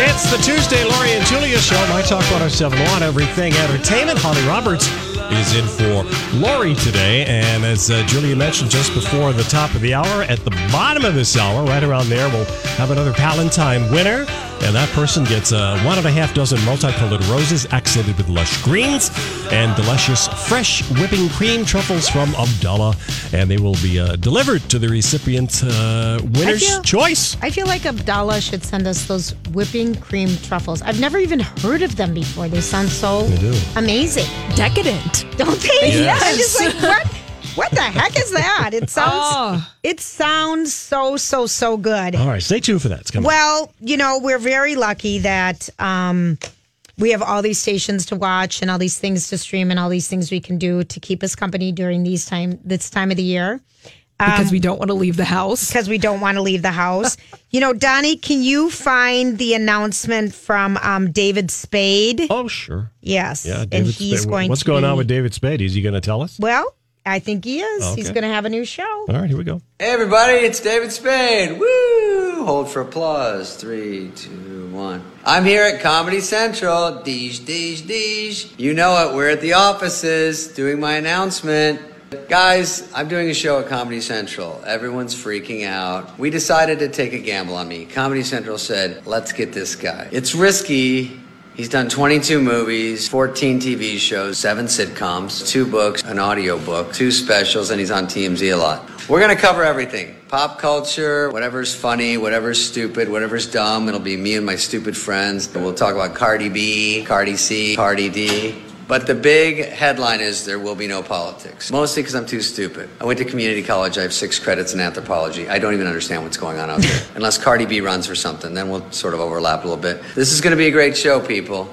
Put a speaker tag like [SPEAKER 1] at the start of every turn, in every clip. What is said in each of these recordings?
[SPEAKER 1] It's the Tuesday Laurie and Julia show. My Talk 1071, everything entertainment. Holly Roberts is in for Laurie today. And as uh, Julia mentioned just before the top of the hour, at the bottom of this hour, right around there, we'll have another Palantine winner. And that person gets uh, one and a half dozen multicolored roses accented with lush greens and delicious fresh whipping cream truffles from Abdallah. And they will be uh, delivered to the recipient uh, winner's
[SPEAKER 2] feel-
[SPEAKER 1] choice.
[SPEAKER 2] I feel like Abdallah should send us those whipping cream truffles. I've never even heard of them before. They sound so
[SPEAKER 1] do.
[SPEAKER 2] amazing,
[SPEAKER 3] decadent.
[SPEAKER 2] don't they?
[SPEAKER 1] Yes.
[SPEAKER 2] I'm just like, what? What the heck is that? It sounds. It sounds so so so good.
[SPEAKER 1] All right, stay tuned for that. It's coming.
[SPEAKER 2] Well, you know, we're very lucky that um, we have all these stations to watch and all these things to stream and all these things we can do to keep us company during these time this time of the year
[SPEAKER 3] because
[SPEAKER 2] Um,
[SPEAKER 3] we don't want to leave the house.
[SPEAKER 2] because we don't want to leave the house. you know, Donnie, can you find the announcement from um, David Spade?
[SPEAKER 1] Oh, sure.
[SPEAKER 2] Yes,
[SPEAKER 1] Yeah,
[SPEAKER 2] and
[SPEAKER 1] David
[SPEAKER 2] he's
[SPEAKER 1] Spade.
[SPEAKER 2] going.
[SPEAKER 1] What's
[SPEAKER 2] to
[SPEAKER 1] going on
[SPEAKER 2] be-
[SPEAKER 1] with David Spade? Is he going to tell us?
[SPEAKER 2] Well, I think he is. He's
[SPEAKER 1] Okay. Oh.
[SPEAKER 2] going to have a new show.
[SPEAKER 1] All right, here we go.
[SPEAKER 4] Hey everybody, it's David Spade. Woo! Hold for applause. Three, two, one. I'm here at Comedy Central. Deej, deej, deej. You know it. We're at the offices doing my announcement. Guys, I'm doing a show at Comedy Central. Everyone's freaking out. We decided to take a gamble on me. Comedy Central said, let's get this guy. It's risky. He's done 22 movies, 14 TV shows, seven sitcoms, two books, an audiobook, two specials, and he's on TMZ a lot. We're going to cover everything pop culture, whatever's funny, whatever's stupid, whatever's dumb. It'll be me and my stupid friends. We'll talk about Cardi B, Cardi C, Cardi D. But the big headline is there will be no politics. Mostly because I'm too stupid. I went to community college. I have six credits in anthropology. I don't even understand what's going on out there. Unless Cardi B runs for something, then we'll sort of overlap a little bit. This is going to be a great show, people.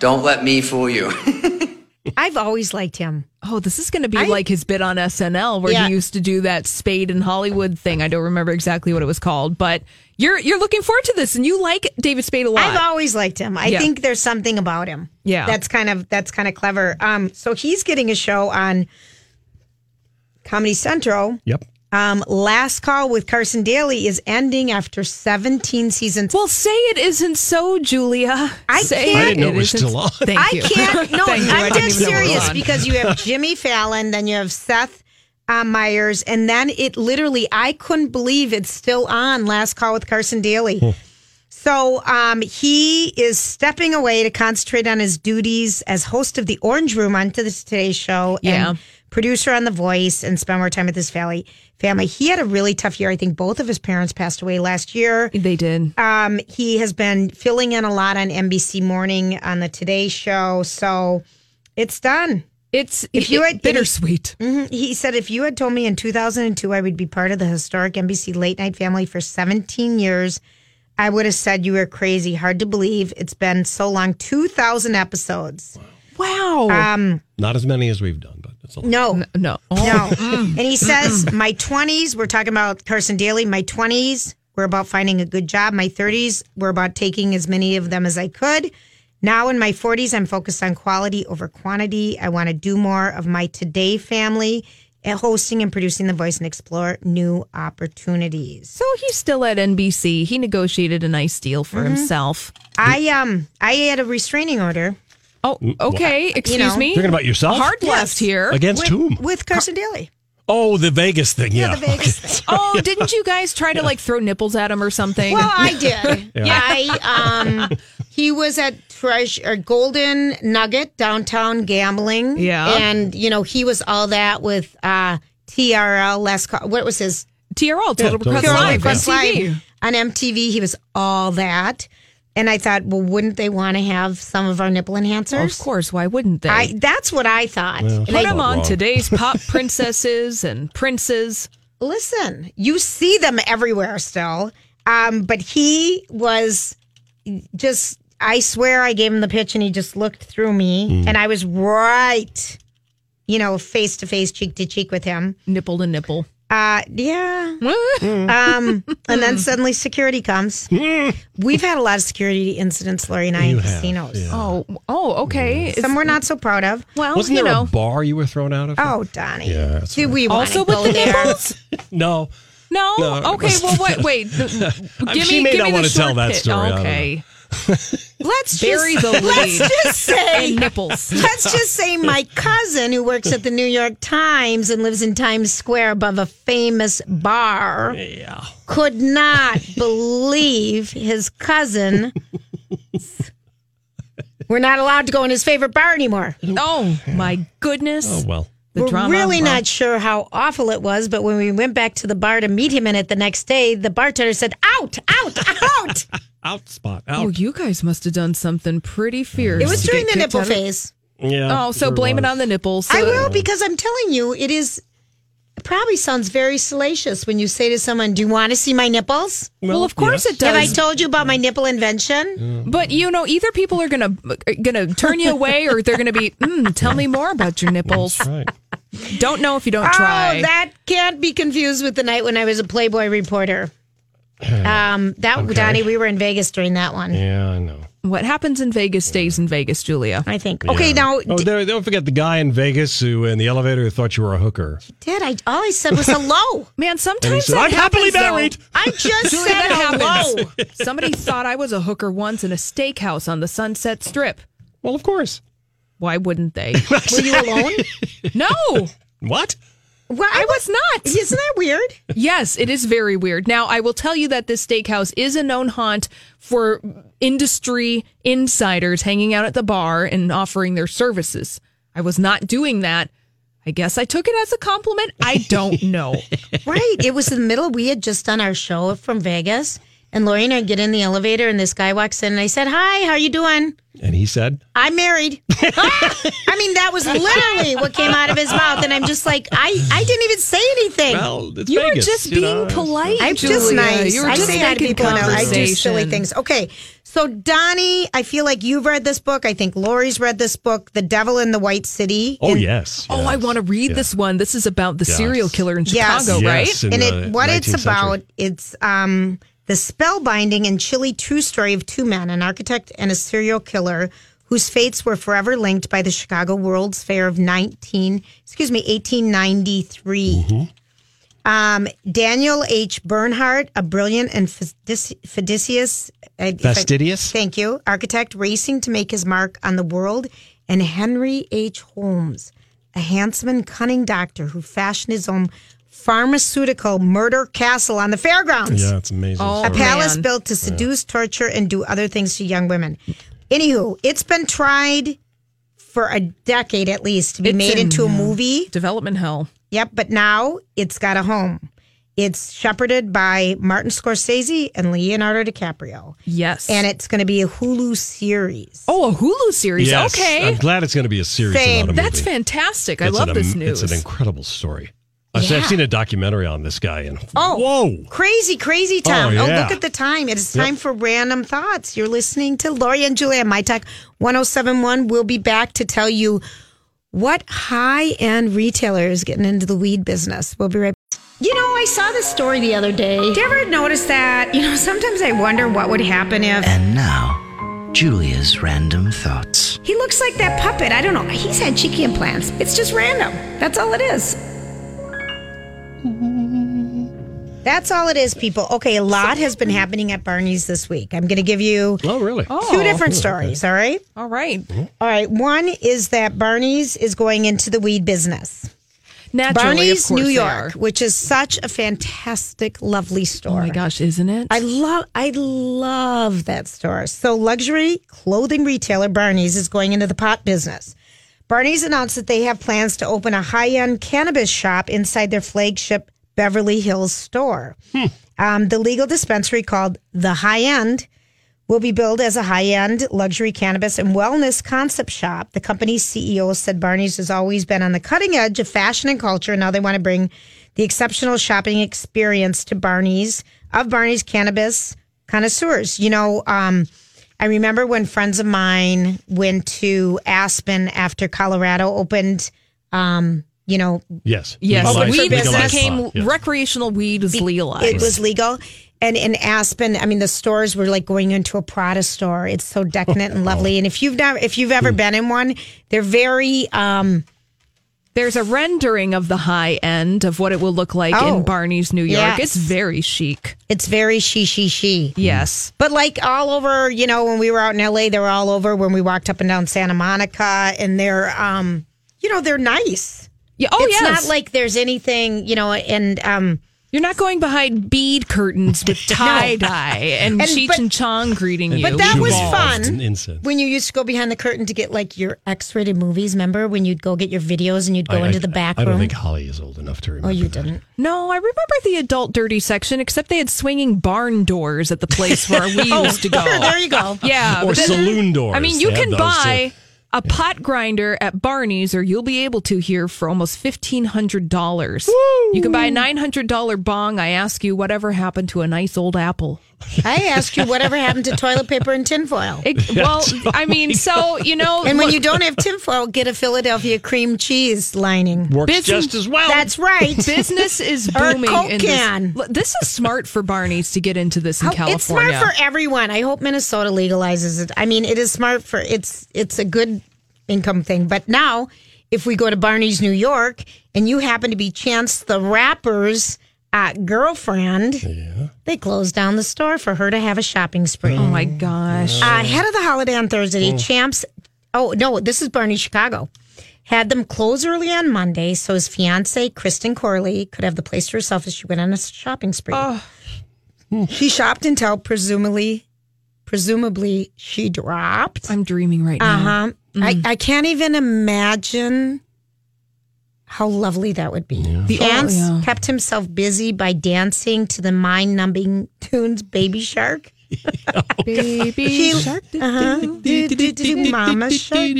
[SPEAKER 4] Don't let me fool you.
[SPEAKER 2] I've always liked him.
[SPEAKER 3] Oh, this is going to be
[SPEAKER 2] I-
[SPEAKER 3] like his bit on SNL where
[SPEAKER 2] Yeah.
[SPEAKER 3] he used to do that Spade in Hollywood thing. I don't remember exactly what it was called, but you're you're looking forward to this, and you like David Spade a lot.
[SPEAKER 2] I've always liked him. I
[SPEAKER 3] Yeah.
[SPEAKER 2] think there's something about him.
[SPEAKER 3] Yeah.
[SPEAKER 2] That's kind of that's kind of clever. Um so he's getting a show on Comedy Central.
[SPEAKER 1] Yep.
[SPEAKER 2] Um Last Call with Carson Daly is ending after 17 seasons.
[SPEAKER 3] well, say it isn't so, Julia.
[SPEAKER 2] I
[SPEAKER 3] Say
[SPEAKER 2] can't- I didn't
[SPEAKER 1] know it was
[SPEAKER 3] isn't-
[SPEAKER 1] still on.
[SPEAKER 3] Thank
[SPEAKER 2] I
[SPEAKER 3] you.
[SPEAKER 2] can't. No,
[SPEAKER 3] Thank you. I didn't
[SPEAKER 2] I'm
[SPEAKER 3] even
[SPEAKER 2] dead
[SPEAKER 3] know it was
[SPEAKER 2] serious
[SPEAKER 3] on.
[SPEAKER 2] because you have Jimmy Fallon, then you have Seth uh, Myers, and then it literally, I couldn't believe it's still on. Last Call with Carson Daly. So um, he is stepping away to concentrate on his duties as host of the Orange Room on to the Today Show
[SPEAKER 3] Yeah.
[SPEAKER 2] and producer on The Voice, and spend more time with his family. Family. He had a really tough year. I think both of his parents passed away last year.
[SPEAKER 3] They did.
[SPEAKER 2] Um, he has been filling in a lot on NBC Morning on the Today Show, so it's done.
[SPEAKER 3] It's
[SPEAKER 2] if you
[SPEAKER 3] it-
[SPEAKER 2] had-
[SPEAKER 3] bittersweet.
[SPEAKER 2] He said, "If you had told me in 2002 I would be part of the historic NBC late night family for 17 years, I would have said you were crazy. Hard to believe it's been so long. 2,000 episodes.
[SPEAKER 3] Wow.
[SPEAKER 1] Not as many as we've done, but it's a lot.
[SPEAKER 2] No."
[SPEAKER 3] Um, no. Oh.
[SPEAKER 2] No. and he says, My 20s, we're talking about Carson Daly, my 20s were about finding a good job. My 30s were about taking as many of them as I could. Now in my 40s, I'm focused on quality over quantity. I want to do more of my today family and hosting and producing The Voice and explore new opportunities.
[SPEAKER 3] So he's still at NBC. He negotiated a nice deal for
[SPEAKER 2] Mm-hmm.
[SPEAKER 3] himself.
[SPEAKER 2] I um I had a restraining order
[SPEAKER 3] Oh, okay. Excuse
[SPEAKER 2] know.
[SPEAKER 3] me.
[SPEAKER 1] Mm, Talking about yourself?
[SPEAKER 3] Hard left here.
[SPEAKER 1] Against
[SPEAKER 2] with,
[SPEAKER 1] whom?
[SPEAKER 2] with Carson Daly.
[SPEAKER 1] Oh, the Vegas thing. Yeah.
[SPEAKER 2] Yeah, the Vegas thing.
[SPEAKER 3] Oh, didn't you guys try to like throw nipples at him or something?
[SPEAKER 2] Well, I did. yeah. I um he was at Treasure or Golden Nugget downtown gambling.
[SPEAKER 3] Yeah.
[SPEAKER 2] And you know, he was all that with uh TRL last call. What was his
[SPEAKER 3] TRL, Total
[SPEAKER 1] Total
[SPEAKER 3] Request
[SPEAKER 1] Request
[SPEAKER 3] Live,
[SPEAKER 1] Live,
[SPEAKER 2] Request
[SPEAKER 3] Oh, on TV.
[SPEAKER 2] Live on MTV. He was all that. And I thought, well, wouldn't they want to have some of our nipple enhancers?
[SPEAKER 3] Of course, why wouldn't they?
[SPEAKER 2] I that's what I thought. And
[SPEAKER 3] Put
[SPEAKER 2] I-
[SPEAKER 3] them on
[SPEAKER 1] wrong.
[SPEAKER 3] today's pop princesses and princes.
[SPEAKER 2] listen, you see them everywhere still. Um, but he was just, I swear I gave him the pitch and he just looked through me
[SPEAKER 1] Mm.
[SPEAKER 2] and I was right, you know, face to face, cheek to cheek with him.
[SPEAKER 3] Nipple to nipple.
[SPEAKER 2] Uh, yeah.
[SPEAKER 1] Mm.
[SPEAKER 2] Um, and then suddenly security comes. We've had a lot of security incidents, Lori and I,
[SPEAKER 1] You
[SPEAKER 2] in
[SPEAKER 1] have,
[SPEAKER 2] casinos.
[SPEAKER 1] yeah.
[SPEAKER 3] Oh, oh, okay. It's-
[SPEAKER 2] Some we're not so proud of.
[SPEAKER 3] well,
[SPEAKER 1] Mm. Wasn't
[SPEAKER 3] you
[SPEAKER 1] there
[SPEAKER 3] know.
[SPEAKER 1] a bar you were thrown out of?
[SPEAKER 2] Oh, Donnie.
[SPEAKER 1] Yeah, that's
[SPEAKER 2] Do
[SPEAKER 1] right.
[SPEAKER 2] we want
[SPEAKER 3] Also
[SPEAKER 2] to
[SPEAKER 3] with
[SPEAKER 2] go
[SPEAKER 3] the
[SPEAKER 2] there?
[SPEAKER 3] nipples?
[SPEAKER 1] No.
[SPEAKER 3] No.
[SPEAKER 1] No.
[SPEAKER 3] Okay. Well, wait. Wait. Th- Give
[SPEAKER 1] she
[SPEAKER 3] me.
[SPEAKER 1] may
[SPEAKER 3] give
[SPEAKER 1] not
[SPEAKER 3] me the
[SPEAKER 1] wanna tell
[SPEAKER 3] short
[SPEAKER 1] that
[SPEAKER 3] pit.
[SPEAKER 1] story, I don't
[SPEAKER 3] Okay.
[SPEAKER 2] Let's
[SPEAKER 3] Bury
[SPEAKER 2] just,
[SPEAKER 3] the lead.
[SPEAKER 2] Let's just say
[SPEAKER 3] And nipples.
[SPEAKER 2] Let's just say my cousin, who works at the New York Times and lives in Times Square above a famous bar,
[SPEAKER 1] Yeah.
[SPEAKER 2] could not believe his cousin. We're not allowed to go in his favorite bar anymore.
[SPEAKER 3] Oh my goodness.
[SPEAKER 1] Oh, well.
[SPEAKER 3] The
[SPEAKER 2] We're
[SPEAKER 3] drama.
[SPEAKER 2] really
[SPEAKER 3] Well,
[SPEAKER 2] not sure how awful it was, but when we went back to the bar to meet him in it the next day, the bartender said, "Out, out, out!"
[SPEAKER 1] Out spot.
[SPEAKER 3] Oh,
[SPEAKER 1] Out.
[SPEAKER 3] you guys must have done something pretty fierce.
[SPEAKER 2] It was
[SPEAKER 3] to
[SPEAKER 2] during
[SPEAKER 3] get
[SPEAKER 2] the
[SPEAKER 3] kicked
[SPEAKER 2] nipple
[SPEAKER 3] out of-
[SPEAKER 2] phase.
[SPEAKER 1] yeah.
[SPEAKER 3] Oh, so blame it on the nipples.
[SPEAKER 2] I
[SPEAKER 3] So-
[SPEAKER 2] will because I'm telling you, it is it probably sounds very salacious when you say to someone, "Do you want to see my nipples?"
[SPEAKER 3] Well, of course it
[SPEAKER 2] Have I
[SPEAKER 3] does. Mm.
[SPEAKER 2] told you about my nipple invention?
[SPEAKER 3] But you know, either people are gonna gonna turn you away, or they're gonna be. Mm, tell me more about your nipples.
[SPEAKER 1] That's right.
[SPEAKER 3] Don't know if you don't
[SPEAKER 2] Oh,
[SPEAKER 3] try.
[SPEAKER 2] that can't be confused with the night when I was a Playboy reporter.
[SPEAKER 3] Hmm.
[SPEAKER 2] Um, that Donnie, we were in Vegas during that one.
[SPEAKER 1] Yeah, I know.
[SPEAKER 3] what happens in Vegas stays in Vegas, Julia.
[SPEAKER 2] I think. Okay, now
[SPEAKER 1] Oh,
[SPEAKER 2] d-
[SPEAKER 1] there, don't forget the guy in Vegas who in the elevator who thought you were a hooker.
[SPEAKER 2] did I? All I said was hello.
[SPEAKER 3] Man,
[SPEAKER 1] And he
[SPEAKER 3] sometimes
[SPEAKER 1] said,
[SPEAKER 3] that
[SPEAKER 1] I'm happily
[SPEAKER 3] happens, though.
[SPEAKER 1] married.
[SPEAKER 2] I just
[SPEAKER 3] Julia,
[SPEAKER 2] said
[SPEAKER 3] that
[SPEAKER 2] hello.
[SPEAKER 3] happens. Somebody thought I was a hooker once in a steakhouse on the Sunset Strip.
[SPEAKER 1] Well, of course.
[SPEAKER 3] Why wouldn't they?
[SPEAKER 2] Were you alone?
[SPEAKER 3] No,
[SPEAKER 1] What?
[SPEAKER 2] Well,
[SPEAKER 3] I was not.
[SPEAKER 2] Isn't that weird?
[SPEAKER 3] Yes, it is very weird. Now, I will tell you that this steakhouse is a known haunt for industry insiders hanging out at the bar and offering their services. I was not doing that. I guess I took it as a compliment. I don't know.
[SPEAKER 2] Right. It was in the middle. We had just done our show from Vegas, and Lori and I get in the elevator, and this guy walks in, and I said, "Hi, how you doing?"
[SPEAKER 1] And he said,
[SPEAKER 2] I'm married. I mean, that was literally what came out of his mouth, and I'm just like, I, I didn't even say anything.
[SPEAKER 1] "Well, it's
[SPEAKER 3] You were
[SPEAKER 1] Vegas,
[SPEAKER 3] just
[SPEAKER 1] you
[SPEAKER 3] being
[SPEAKER 1] know, it's- uh,
[SPEAKER 3] polite.
[SPEAKER 2] I'm just
[SPEAKER 3] Julia.
[SPEAKER 2] nice.
[SPEAKER 3] You were
[SPEAKER 2] I
[SPEAKER 3] just
[SPEAKER 2] say hi to
[SPEAKER 3] making
[SPEAKER 2] people, and I do silly
[SPEAKER 3] conversation.
[SPEAKER 2] things. Okay, so Donnie, I feel like you've read this book. I think Lori's read this book, "The Devil in the White City."
[SPEAKER 1] Oh
[SPEAKER 2] And-
[SPEAKER 1] yes.
[SPEAKER 3] Oh, I
[SPEAKER 1] yes.
[SPEAKER 3] want to read
[SPEAKER 1] Yeah.
[SPEAKER 3] this one. This is about the
[SPEAKER 1] Yes.
[SPEAKER 3] serial killer in
[SPEAKER 2] Yes.
[SPEAKER 3] Chicago, right?
[SPEAKER 1] Yes, in
[SPEAKER 2] and
[SPEAKER 1] the
[SPEAKER 2] it, what it's
[SPEAKER 1] 19th century.
[SPEAKER 2] about it's um, the spellbinding and chilly true story of two men an architect and a serial killer whose fates were forever linked by the chicago world's fair of 19 excuse me 1893
[SPEAKER 1] Mm-hmm.
[SPEAKER 2] um, daniel h bernhardt a brilliant and fastidi- fastidious I- uh, if I-
[SPEAKER 1] Fastidious?
[SPEAKER 2] thank you architect racing to make his mark on the world and henry h holmes a handsome and cunning doctor who fashioned his own pharmaceutical murder castle on the fairgrounds.
[SPEAKER 1] Yeah, it's amazing.
[SPEAKER 3] Oh.
[SPEAKER 2] A palace
[SPEAKER 3] Man.
[SPEAKER 2] built to seduce, torture, and do other things to young women. Anywho, it's been tried for a decade at least to be
[SPEAKER 3] It's
[SPEAKER 2] made
[SPEAKER 3] in-
[SPEAKER 2] into a movie.
[SPEAKER 3] Development hell.
[SPEAKER 2] Yep, but now it's got a home. It's shepherded by Martin Scorsese and Leonardo DiCaprio.
[SPEAKER 3] Yes.
[SPEAKER 2] And it's going to be a Hulu series.
[SPEAKER 3] oh, a Hulu series.
[SPEAKER 1] Yes,
[SPEAKER 3] okay.
[SPEAKER 1] I'm glad it's going to be a series. and
[SPEAKER 2] Same.
[SPEAKER 1] not a
[SPEAKER 3] That's
[SPEAKER 1] movie.
[SPEAKER 3] fantastic. I
[SPEAKER 1] It's
[SPEAKER 3] love
[SPEAKER 1] an
[SPEAKER 3] this
[SPEAKER 1] am-
[SPEAKER 3] news.
[SPEAKER 1] It's an incredible story. I've seen- I've seen a documentary on this guy, and
[SPEAKER 2] Oh,
[SPEAKER 1] whoa,
[SPEAKER 2] Crazy, crazy time.
[SPEAKER 1] Oh,
[SPEAKER 2] Oh,
[SPEAKER 1] yeah.
[SPEAKER 2] look at the time. It is time for random thoughts. You're listening to Lori and Julia on My Talk 1071. We'll be back to tell you what high end retailer is getting into the weed business. We'll be right back. You know, I saw this story the other day. Did you ever notice that? You know, sometimes I wonder what would happen if
[SPEAKER 5] And now, Julia's random thoughts.
[SPEAKER 2] he looks like that puppet. I don't know. He's had cheeky implants. It's just random. That's all it is. That's all it is, people. Okay, a lot has been happening at Barney's this week. I'm going to give you
[SPEAKER 1] oh really?
[SPEAKER 2] two different stories, all right?
[SPEAKER 3] All right.
[SPEAKER 2] All right, one is that Barney's is going into the weed business.
[SPEAKER 3] Naturally, of
[SPEAKER 2] Barney's
[SPEAKER 3] course
[SPEAKER 2] New
[SPEAKER 3] they
[SPEAKER 2] York,
[SPEAKER 3] are.
[SPEAKER 2] which is such a fantastic, lovely store.
[SPEAKER 3] Oh my gosh, isn't it?
[SPEAKER 2] I love I love that store. So luxury clothing retailer Barney's is going into the pot business. Barney's announced that they have plans to open a high-end cannabis shop inside their flagship Beverly Hills store. Um, the legal dispensary called The High End will be billed as a high-end luxury cannabis and wellness concept shop. The company's CEO said Barney's has always been on the cutting edge of fashion and culture, and now they want to bring the exceptional shopping experience to Barney's of Barney's cannabis connoisseurs. You know, um, I remember when friends of mine went to Aspen after Colorado opened. Um, you know,
[SPEAKER 1] Yes.
[SPEAKER 3] yes,
[SPEAKER 2] Legalized
[SPEAKER 3] weed
[SPEAKER 2] legalized
[SPEAKER 3] became
[SPEAKER 1] pot, yes.
[SPEAKER 3] recreational weed was legalized.
[SPEAKER 2] it was legal. And in Aspen, I mean, the stores were like going into a Prada store. It's so decadent
[SPEAKER 1] Oh.
[SPEAKER 2] and lovely. And if you've never, if you've
[SPEAKER 1] Hmm.
[SPEAKER 2] ever been in one, they're very. um
[SPEAKER 3] There's a rendering of the high end of what it will look like
[SPEAKER 2] Oh.
[SPEAKER 3] in Barney's New York. It's
[SPEAKER 2] Yes.
[SPEAKER 3] very chic.
[SPEAKER 2] It's very she she she.
[SPEAKER 3] Yes.
[SPEAKER 2] But like all over, you know, when we were out in LA, they were all over. When we walked up and down Santa Monica, and they're, um you know, they're nice.
[SPEAKER 3] Yeah. Oh,
[SPEAKER 2] it's
[SPEAKER 3] yes.
[SPEAKER 2] not like there's anything, you know, and um
[SPEAKER 3] You're not going behind bead curtains with tie dye and,
[SPEAKER 2] And-
[SPEAKER 3] Cheech
[SPEAKER 2] but-
[SPEAKER 3] and Chong greeting you.
[SPEAKER 2] But that was
[SPEAKER 1] Involved
[SPEAKER 2] fun.
[SPEAKER 1] in incense.
[SPEAKER 2] when you used to go behind the curtain to get like your X-rated movies. Remember when you'd go get your videos and you'd go
[SPEAKER 1] I-
[SPEAKER 2] into
[SPEAKER 1] I-
[SPEAKER 2] the back
[SPEAKER 1] I
[SPEAKER 2] room?
[SPEAKER 1] don't think Holly is old enough to remember.
[SPEAKER 2] oh, you
[SPEAKER 1] that.
[SPEAKER 2] didn't.
[SPEAKER 3] No, I remember the adult dirty section, except they had swinging barn doors at the place where we
[SPEAKER 2] Oh,
[SPEAKER 3] used to go.
[SPEAKER 1] Oh.
[SPEAKER 2] there you go.
[SPEAKER 3] Yeah.
[SPEAKER 1] Or
[SPEAKER 3] but then-
[SPEAKER 1] saloon doors.
[SPEAKER 3] I mean, you
[SPEAKER 1] They had
[SPEAKER 3] can
[SPEAKER 1] those,
[SPEAKER 3] buy a pot grinder at Barney's, or you'll be able to here for almost fifteen hundred dollars. You can buy a nine hundred dollar bong. I ask you, whatever happened to a nice old apple?
[SPEAKER 2] I asked you whatever happened to toilet paper and tinfoil.
[SPEAKER 3] It- well, I mean, so you know,
[SPEAKER 2] And when
[SPEAKER 3] look,
[SPEAKER 2] you don't have tinfoil, get a Philadelphia cream cheese lining.
[SPEAKER 1] Works
[SPEAKER 3] Business-
[SPEAKER 1] just as well.
[SPEAKER 2] That's right.
[SPEAKER 3] business is
[SPEAKER 2] Or a
[SPEAKER 3] booming.
[SPEAKER 2] Coke
[SPEAKER 3] in this-
[SPEAKER 2] can.
[SPEAKER 3] Look, This, is smart for Barney's to get into this in
[SPEAKER 2] Oh,
[SPEAKER 3] California.
[SPEAKER 2] It's smart for everyone. I hope Minnesota legalizes it. I mean, it is smart for it's it's a good income thing. But now, if we go to Barney's New York and you happen to be Chance the Rapper's uh, girlfriend, they closed down the store for her to have a shopping spree.
[SPEAKER 3] oh my gosh!
[SPEAKER 2] Uh, head of the holiday on Thursday, Champs. Oh no, this is Barney Chicago. Had them close early on Monday, so his fiancee Kristen Corley could have the place to herself as she went on a shopping spree.
[SPEAKER 3] Oh.
[SPEAKER 2] Hmm. She shopped until presumably, presumably she dropped.
[SPEAKER 3] I'm dreaming right
[SPEAKER 2] Uh
[SPEAKER 3] now.
[SPEAKER 2] huh.
[SPEAKER 3] Mm.
[SPEAKER 2] I, I can't even imagine how lovely that would be.
[SPEAKER 3] The-
[SPEAKER 2] Chance
[SPEAKER 3] oh, yeah.
[SPEAKER 2] kept himself busy by dancing to the mind-numbing tunes "Baby Shark."
[SPEAKER 3] Baby
[SPEAKER 2] He-
[SPEAKER 3] shark,
[SPEAKER 2] Uh-huh. Do, do, do, do, Mama Shark.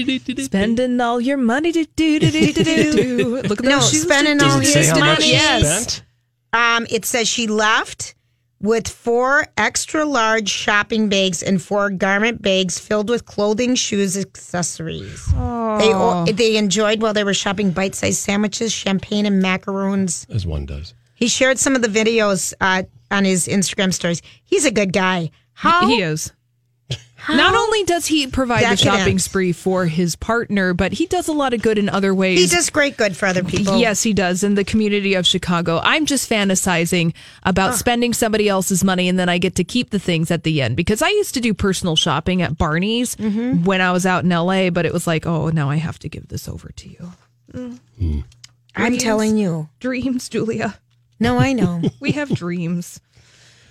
[SPEAKER 3] spending all your money. Do, do, do, do, do, do. Look at
[SPEAKER 2] No,
[SPEAKER 3] those shoes.
[SPEAKER 2] spending all
[SPEAKER 1] Does it say
[SPEAKER 2] his
[SPEAKER 1] how much
[SPEAKER 2] money.
[SPEAKER 1] she
[SPEAKER 3] Yes.
[SPEAKER 1] spent?
[SPEAKER 2] Um, it says she left with four extra large shopping bags and four garment bags filled with clothing, shoes, accessories. They o- they enjoyed while they were shopping bite-sized sandwiches, champagne, and macaroons.
[SPEAKER 1] As one does.
[SPEAKER 2] He shared some of the videos uh, on his Instagram stories. He's a good guy. How
[SPEAKER 3] He is. Not only does he provide the
[SPEAKER 2] Decadent.
[SPEAKER 3] shopping spree for his partner, but he does a lot of good in other ways.
[SPEAKER 2] he does great good for other people.
[SPEAKER 3] Yes, he does in the community of Chicago. I'm just fantasizing about spending somebody else's money and then I get to keep the things at the end because I used to do personal shopping at Barney's
[SPEAKER 2] Mm-hmm.
[SPEAKER 3] when I was out in LA, but it was like, oh, now I have to give this over to you.
[SPEAKER 2] I'm telling you.
[SPEAKER 3] Dreams, Julia.
[SPEAKER 2] No, I know.
[SPEAKER 3] We have dreams.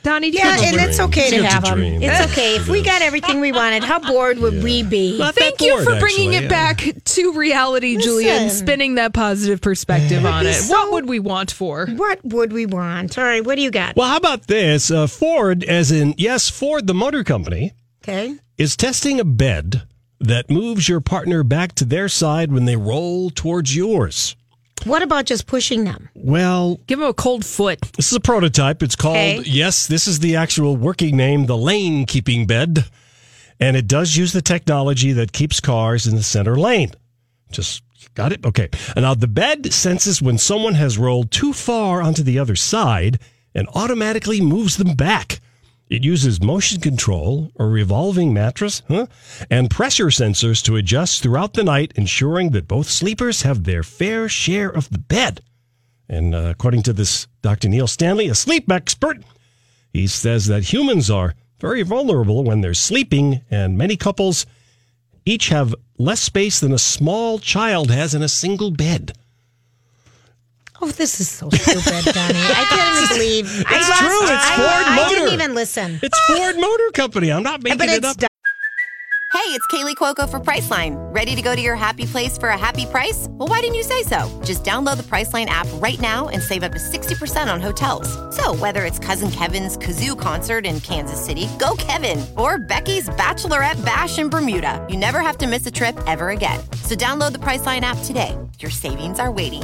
[SPEAKER 3] Donnie, do you
[SPEAKER 2] Yeah,
[SPEAKER 3] have a
[SPEAKER 2] and it's okay to
[SPEAKER 1] It's a
[SPEAKER 2] have them.
[SPEAKER 1] dream.
[SPEAKER 2] It's okay. If we got everything we wanted, how bored would we be?
[SPEAKER 1] Not
[SPEAKER 3] Thank
[SPEAKER 1] that
[SPEAKER 3] you
[SPEAKER 1] bored,
[SPEAKER 3] for bringing
[SPEAKER 1] actually.
[SPEAKER 3] it back to reality, Julia, and
[SPEAKER 2] Listen.
[SPEAKER 3] spinning that positive perspective on it. what
[SPEAKER 2] so-
[SPEAKER 3] would we want for?
[SPEAKER 2] What would we want? All right, what do you got?
[SPEAKER 1] Well, how about this? Uh, Ford, as in, yes, Ford, the motor company,
[SPEAKER 2] Okay.
[SPEAKER 1] is testing a bed that moves your partner back to their side when they roll towards yours.
[SPEAKER 2] What about just pushing them?
[SPEAKER 1] Well,
[SPEAKER 3] Give him a cold foot.
[SPEAKER 1] this is a prototype. It's called,
[SPEAKER 2] Okay.
[SPEAKER 1] yes, this is the actual working name, the lane keeping bed. And it does use the technology that keeps cars in the center lane. Just got it? Okay. And now the bed senses when someone has rolled too far onto the other side and automatically moves them back. It uses motion control, a revolving mattress, huh, and pressure sensors to adjust throughout the night, ensuring that both sleepers have their fair share of the bed. And uh, according to this Dr. Neil Stanley, a sleep expert, he says that humans are very vulnerable when they're sleeping, and many couples each have less space than a small child has in a single bed.
[SPEAKER 2] Oh, this is so stupid, Donnie. I can't even believe. It's I
[SPEAKER 1] It's
[SPEAKER 2] lost-
[SPEAKER 1] true. It's
[SPEAKER 2] I-
[SPEAKER 1] Ford
[SPEAKER 2] I,
[SPEAKER 1] Motor.
[SPEAKER 2] didn't even listen.
[SPEAKER 1] It's Ford Motor Company. I'm not making
[SPEAKER 2] But
[SPEAKER 1] it
[SPEAKER 2] it's
[SPEAKER 1] up.
[SPEAKER 2] done.
[SPEAKER 6] Hey, it's Kaylee Cuoco for Priceline. Ready to go to your happy place for a happy price? Well, why didn't you say so? Just download the Priceline app right now and save up to 60% on hotels. So, whether it's Cousin Kevin's Kazoo concert in Kansas City, go Kevin, or Becky's Bachelorette Bash in Bermuda, you never have to miss a trip ever again. So, download the Priceline app today. Your savings are waiting.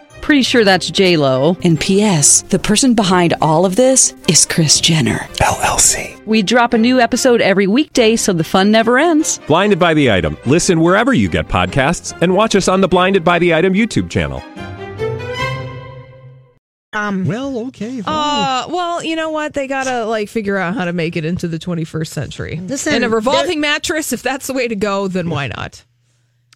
[SPEAKER 7] Pretty sure that's J Lo.
[SPEAKER 8] And P.S. The person behind all of this is Chris Jenner.
[SPEAKER 9] LLC.
[SPEAKER 7] We drop a new episode every weekday, so the fun never ends.
[SPEAKER 9] Blinded by the item. Listen wherever you get podcasts, and watch us on the Blinded by the Item YouTube channel.
[SPEAKER 2] Um,
[SPEAKER 1] Well, okay. fine.
[SPEAKER 3] Uh, well, you know what? They gotta like figure out how to make it into the 21st century.
[SPEAKER 2] Listen,
[SPEAKER 3] and a revolving mattress, if that's the way to go, then why not?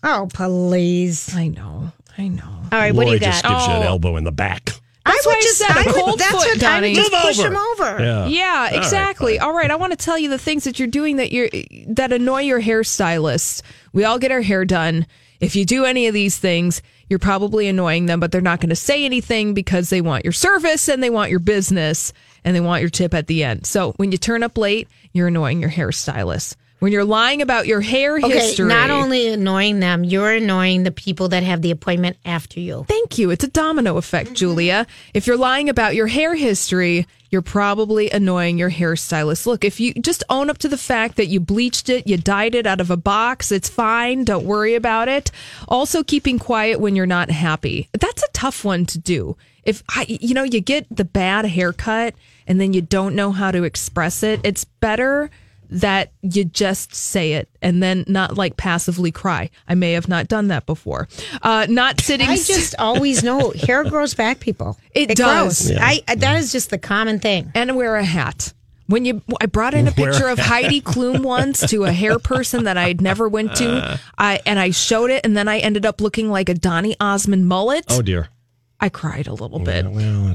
[SPEAKER 2] oh, please.
[SPEAKER 3] I know, I know.
[SPEAKER 2] All right, what do
[SPEAKER 1] Lori
[SPEAKER 2] you
[SPEAKER 1] just
[SPEAKER 2] got? Oh,
[SPEAKER 1] gives you an
[SPEAKER 3] Oh.
[SPEAKER 1] elbow in the back.
[SPEAKER 3] That's
[SPEAKER 2] I
[SPEAKER 3] why I
[SPEAKER 2] would just,
[SPEAKER 3] said
[SPEAKER 2] I
[SPEAKER 3] cold
[SPEAKER 2] would, that's
[SPEAKER 3] foot,
[SPEAKER 2] what I
[SPEAKER 3] Donnie.
[SPEAKER 2] would just
[SPEAKER 1] Move
[SPEAKER 2] push
[SPEAKER 1] over.
[SPEAKER 2] him over.
[SPEAKER 1] Yeah.
[SPEAKER 3] Yeah,
[SPEAKER 1] All right,
[SPEAKER 3] exactly.
[SPEAKER 1] fine.
[SPEAKER 3] All right, I want to tell you the things that you're doing that you're that annoy your hairstylist. We all get our hair done. If you do any of these things, you're probably annoying them, but they're not going to say anything because they want your service and they want your business and they want your tip at the end. So when you turn up late, you're annoying your hairstylist. When you're lying about your hair
[SPEAKER 2] Okay,
[SPEAKER 3] history,
[SPEAKER 2] not only annoying them, you're annoying the people that have the appointment after you.
[SPEAKER 3] Thank you. It's a domino effect,
[SPEAKER 2] Mm-hmm.
[SPEAKER 3] Julia. If you're lying about your hair history, you're probably annoying your hairstylist. Look, if you just own up to the fact that you bleached it, you dyed it out of a box, it's fine. Don't worry about it. Also, keeping quiet when you're not happy. That's a tough one to do. If I, you know, you get the bad haircut and then you don't know how to express it, it's better that you just say it and then not like passively cry. I may have not done that before. Uh, not sitting.
[SPEAKER 2] I just always know hair grows back, people.
[SPEAKER 3] It
[SPEAKER 2] grows.
[SPEAKER 3] does.
[SPEAKER 2] I that is just the common thing.
[SPEAKER 3] and wear a hat. When you, I brought in a
[SPEAKER 1] Wear a
[SPEAKER 3] picture of Heidi Klum once to a hair person that I had never went
[SPEAKER 1] Uh.
[SPEAKER 3] to, I, and I showed it, and then I ended up looking like a Donny Osmond mullet.
[SPEAKER 1] Oh dear.
[SPEAKER 3] I cried a little bit.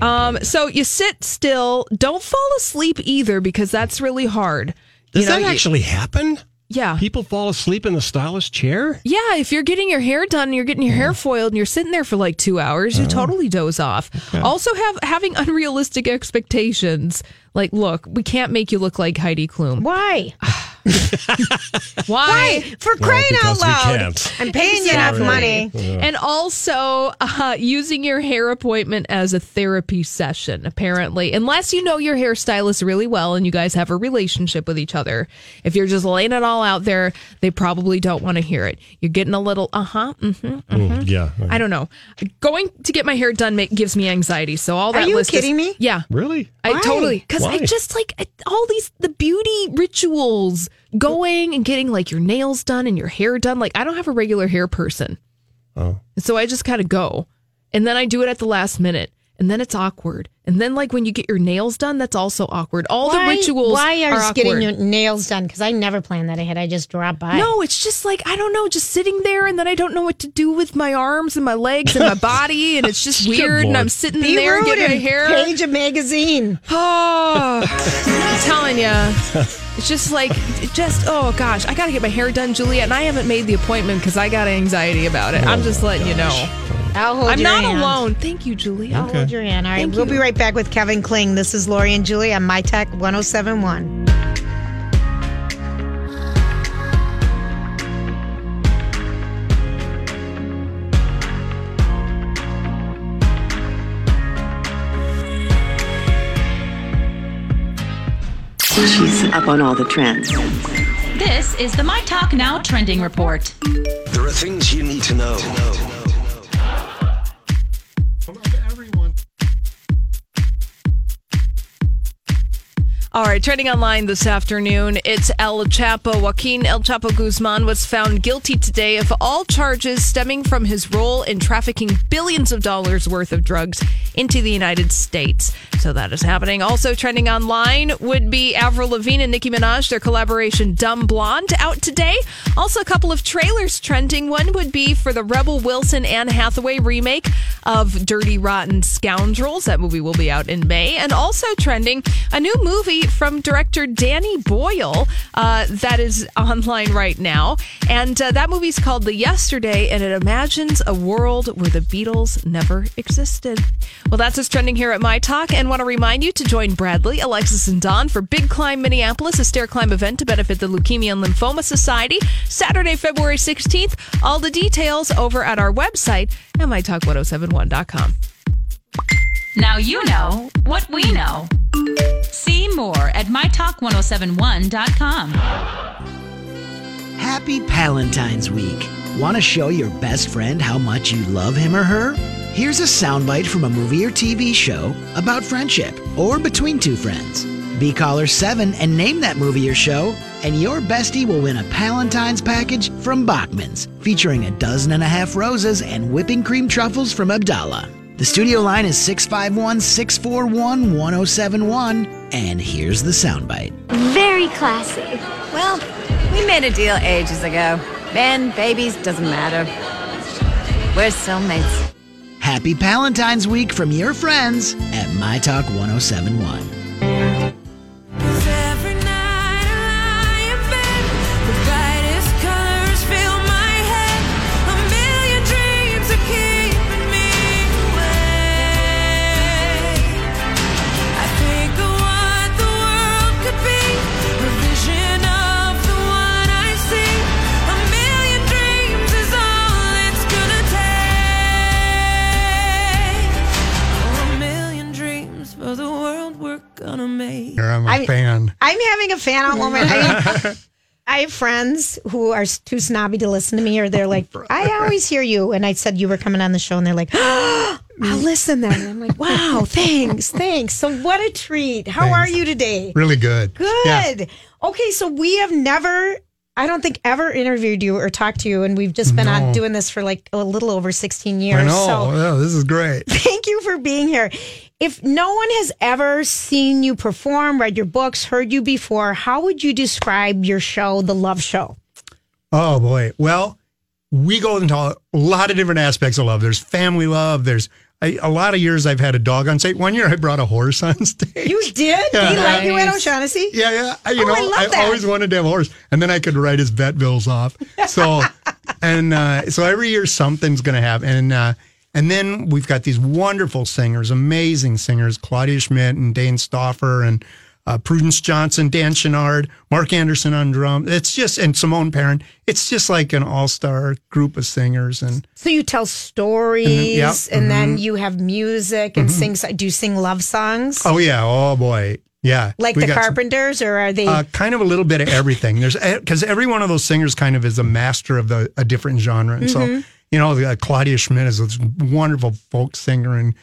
[SPEAKER 3] um, so you sit still. Don't fall asleep either, because that's really hard.
[SPEAKER 1] Does
[SPEAKER 3] You know,
[SPEAKER 1] that
[SPEAKER 3] you-
[SPEAKER 1] actually happen?
[SPEAKER 3] yeah.
[SPEAKER 1] People fall asleep in the stylist chair?
[SPEAKER 3] Yeah, if you're getting your hair done and you're getting your hair foiled and you're sitting there for like two hours,
[SPEAKER 1] Oh.
[SPEAKER 3] you totally doze off. Also, have having unrealistic expectations. Like, look, we can't make you look like Heidi Klum.
[SPEAKER 2] Why?
[SPEAKER 3] Why?
[SPEAKER 2] For crying out
[SPEAKER 1] because we
[SPEAKER 2] loud.
[SPEAKER 1] can't.
[SPEAKER 2] I'm paying you enough
[SPEAKER 3] Exactly.
[SPEAKER 2] money.
[SPEAKER 3] And also uh, using your hair appointment as a therapy session, apparently, unless you know your hairstylist really well and you guys have a relationship with each other. If you're just laying it all out there, they probably don't want to hear it. You're getting a little, uh huh, mm-hmm.
[SPEAKER 1] Mm, yeah.
[SPEAKER 3] I don't know. Going to get my hair done make, gives me anxiety. So all that
[SPEAKER 2] you
[SPEAKER 3] list
[SPEAKER 2] kidding
[SPEAKER 3] is,
[SPEAKER 2] me?
[SPEAKER 3] Yeah.
[SPEAKER 1] Really?
[SPEAKER 3] I
[SPEAKER 2] Why?
[SPEAKER 3] totally because I
[SPEAKER 1] Why?
[SPEAKER 3] just like I- all these the beauty rituals going and getting like your nails done and your hair done. Like I don't have a regular hair person,
[SPEAKER 1] Oh.
[SPEAKER 3] so I just kind of go, and then I do it at the last minute, and then it's awkward. And then like when you get your nails done, that's also awkward. All the rituals.
[SPEAKER 2] Why are, you getting
[SPEAKER 3] awkward.
[SPEAKER 2] your nails done? Because I never planned that ahead. I just drop by.
[SPEAKER 3] No, it's just like I don't know, just sitting there, and then I don't know what to do with my arms and my legs and my body, and it's just weird. And
[SPEAKER 1] Lord.
[SPEAKER 3] I'm sitting
[SPEAKER 2] Be
[SPEAKER 3] there
[SPEAKER 2] rude
[SPEAKER 3] getting my
[SPEAKER 2] and
[SPEAKER 3] hair.
[SPEAKER 2] Page a magazine.
[SPEAKER 3] Oh, I'm telling you, it's just like, it just oh gosh, I gotta get my hair done, Juliet, and I haven't made the appointment because I got anxiety about it. I'm just letting you know,
[SPEAKER 2] I'll hold
[SPEAKER 3] I'm
[SPEAKER 2] your
[SPEAKER 3] not
[SPEAKER 2] hand.
[SPEAKER 3] alone. Thank you, Juliet.
[SPEAKER 2] I'll hold your hand. All right, we'll be right back with Kevin Kling. This is Lori and Julie on My Tech 1071.
[SPEAKER 8] She's up on all the trends.
[SPEAKER 10] This is the My Talk Now Trending Report.
[SPEAKER 5] There are things you need to know.
[SPEAKER 3] All right, trending online this afternoon. It's El Chapo. Joaquin El Chapo Guzman was found guilty today of all charges stemming from his role in trafficking billions of dollars worth of drugs into the United States. So that is happening. Also trending online would be Avril Lavigne and Nicki Minaj, their collaboration Dumb Blonde out today. Also, a couple of trailers trending. One would be for the Rebel Wilson and Hathaway remake of Dirty Rotten Scoundrels. That movie will be out in May. And also trending, a new movie from director Danny Boyle uh, that is online right now. And uh, that movie's called The Yesterday, and it imagines a world where the Beatles never existed. Well, that's what's trending here at My Talk, and want to remind you to join Bradley, Alexis, and Don for Big Climb Minneapolis, a stair climb event to benefit the Leukemia and Lymphoma Society, Saturday, February 16th. All the details over at our website at mytalk1071.com.
[SPEAKER 10] Now you know what we know. See more at mytalk1071.com.
[SPEAKER 5] Happy Palentine's Week. Want to show your best friend how much you love him or her? Here's a soundbite from a movie or TV show about friendship or between two friends. Be caller 7 and name that movie or show, and your bestie will win a Palentine's package from Bachman's, featuring a dozen and a half roses and whipping cream truffles from Abdallah. The studio line is 651 641 1071, and here's the soundbite.
[SPEAKER 11] Very classy. Well, we made a deal ages ago. Men, babies, doesn't matter. We're soulmates.
[SPEAKER 5] Happy Palentine's Week from your friends at My Talk 1071.
[SPEAKER 3] Oh,
[SPEAKER 8] Gonna make.
[SPEAKER 12] I'm a fan.
[SPEAKER 2] I'm having a fan out moment. I, I have friends who are too snobby to listen to me, or they're like, I always hear you. And I said you were coming on the show, and they're like, I'll listen then. And I'm like, wow, thanks, thanks. So, what a treat. How are you today?
[SPEAKER 12] Really good. Yeah.
[SPEAKER 2] Good. Okay, so we have never, I don't think, ever interviewed you or talked to you, and we've just been on
[SPEAKER 12] No.
[SPEAKER 2] doing this for like a little over 16 years.
[SPEAKER 12] I know.
[SPEAKER 2] So,
[SPEAKER 12] Yeah, Oh, this is great.
[SPEAKER 2] thank you for being here. If no one has ever seen you perform, read your books, heard you before, how would you describe your show, The Love Show?
[SPEAKER 12] Oh boy. Well, we go into a lot of different aspects of love. There's family love. There's I, a lot of years I've had a dog on stage. One year I brought a horse on stage.
[SPEAKER 2] You did?
[SPEAKER 12] Yeah.
[SPEAKER 2] He liked you at O'Shaughnessy?
[SPEAKER 12] Yeah, yeah. I- You
[SPEAKER 2] Oh,
[SPEAKER 12] know,
[SPEAKER 2] I love
[SPEAKER 12] I,
[SPEAKER 2] that.
[SPEAKER 12] always wanted to have a horse, and then I could write his vet bills off. So, and uh, so every year something's going to happen, and uh, and then we've got these wonderful singers, amazing singers, Claudia Schmidt and Dane Stoffer and uh, Prudence Johnson, Dan Chenard, Mark Anderson on drum. It's just and Simone Parent. It's just like an all-star group of singers, and
[SPEAKER 2] So you tell stories
[SPEAKER 12] Mhm, yep,
[SPEAKER 2] and then
[SPEAKER 12] mhm.
[SPEAKER 2] you have music and sing sing. Do you sing love songs?
[SPEAKER 12] oh yeah, oh boy, yeah,
[SPEAKER 2] like
[SPEAKER 12] We
[SPEAKER 2] the
[SPEAKER 12] got some-
[SPEAKER 2] Carpenters, or are they?
[SPEAKER 12] Uh, kind of a little bit of everything. There's because every one of those singers kind of is a master of the a different genre, and
[SPEAKER 2] Mhm.
[SPEAKER 12] so you know uh, Claudia Schmidt is this wonderful folk singer, and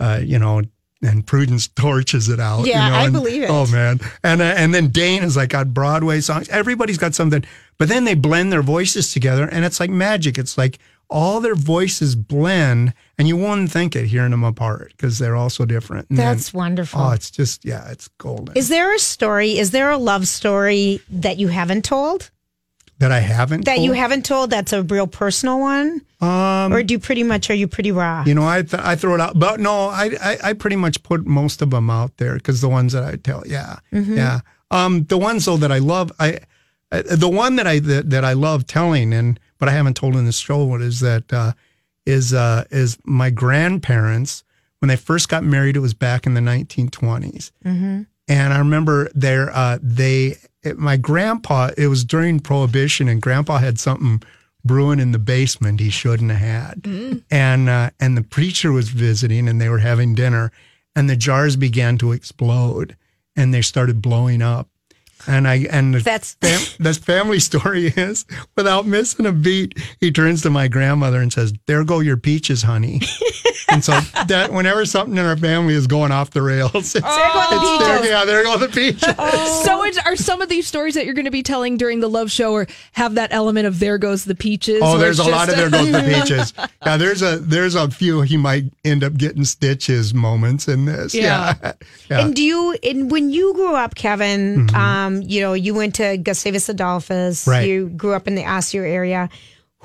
[SPEAKER 12] uh, you know. And Prudence torches it out. you
[SPEAKER 2] Yeah,
[SPEAKER 12] know,
[SPEAKER 2] I
[SPEAKER 12] and-
[SPEAKER 2] believe it.
[SPEAKER 12] Oh man, and uh, and then Dane is like got Broadway songs. Everybody's got something, but then they blend their voices together, and it's like magic. It's like all their voices blend, and you wouldn't think it hearing them apart because they're all so different. And then-
[SPEAKER 2] That's wonderful.
[SPEAKER 12] Oh, it's just yeah, it's golden.
[SPEAKER 2] is there a story? Is there a love story that you haven't told?
[SPEAKER 12] that I haven't
[SPEAKER 2] That you
[SPEAKER 12] told?
[SPEAKER 2] haven't told? That's a real personal one,
[SPEAKER 12] Um,
[SPEAKER 2] or do you pretty much? Are you pretty raw?
[SPEAKER 12] you know, I th- I throw it out, but no, I, I I pretty much put most of them out there because the ones that I tell, yeah,
[SPEAKER 2] Mhm.
[SPEAKER 12] yeah. Um, the ones though that I love, I, I the one that I that, that I love telling, and but I haven't told in the show what is that uh, is uh, is my grandparents when they first got married. It was back in the 1920s,
[SPEAKER 2] Mm-hmm.
[SPEAKER 12] and I remember there, uh, they, it, my grandpa, it was during Prohibition, and grandpa had something brewing in the basement he shouldn't have had. And, uh, and the preacher was visiting, and they were having dinner, and the jars began to explode, and they started blowing up. And I and the
[SPEAKER 2] That's-
[SPEAKER 12] fam- the family story is without missing a beat. He turns to my grandmother and says, "There go your peaches, honey." And so that whenever something in our family is going off the rails, it's,
[SPEAKER 3] Oh.
[SPEAKER 12] it's there, yeah, there go the peaches.
[SPEAKER 13] Oh,
[SPEAKER 3] So it's, are some of these stories that you're going to be telling during the love show or have that element of there goes the peaches?
[SPEAKER 12] Oh,
[SPEAKER 3] where
[SPEAKER 12] there's a
[SPEAKER 3] it's
[SPEAKER 12] lot of
[SPEAKER 3] just-
[SPEAKER 12] there goes the peaches. Yeah, there's a there's a few he might end up getting stitches moments in this. Yeah. yeah.
[SPEAKER 2] And do you, and when you grew up, Kevin,
[SPEAKER 12] Mhm.
[SPEAKER 2] um, you know, you went to Gustavus Adolphus,
[SPEAKER 12] Right.
[SPEAKER 2] you grew up in the Ossier area.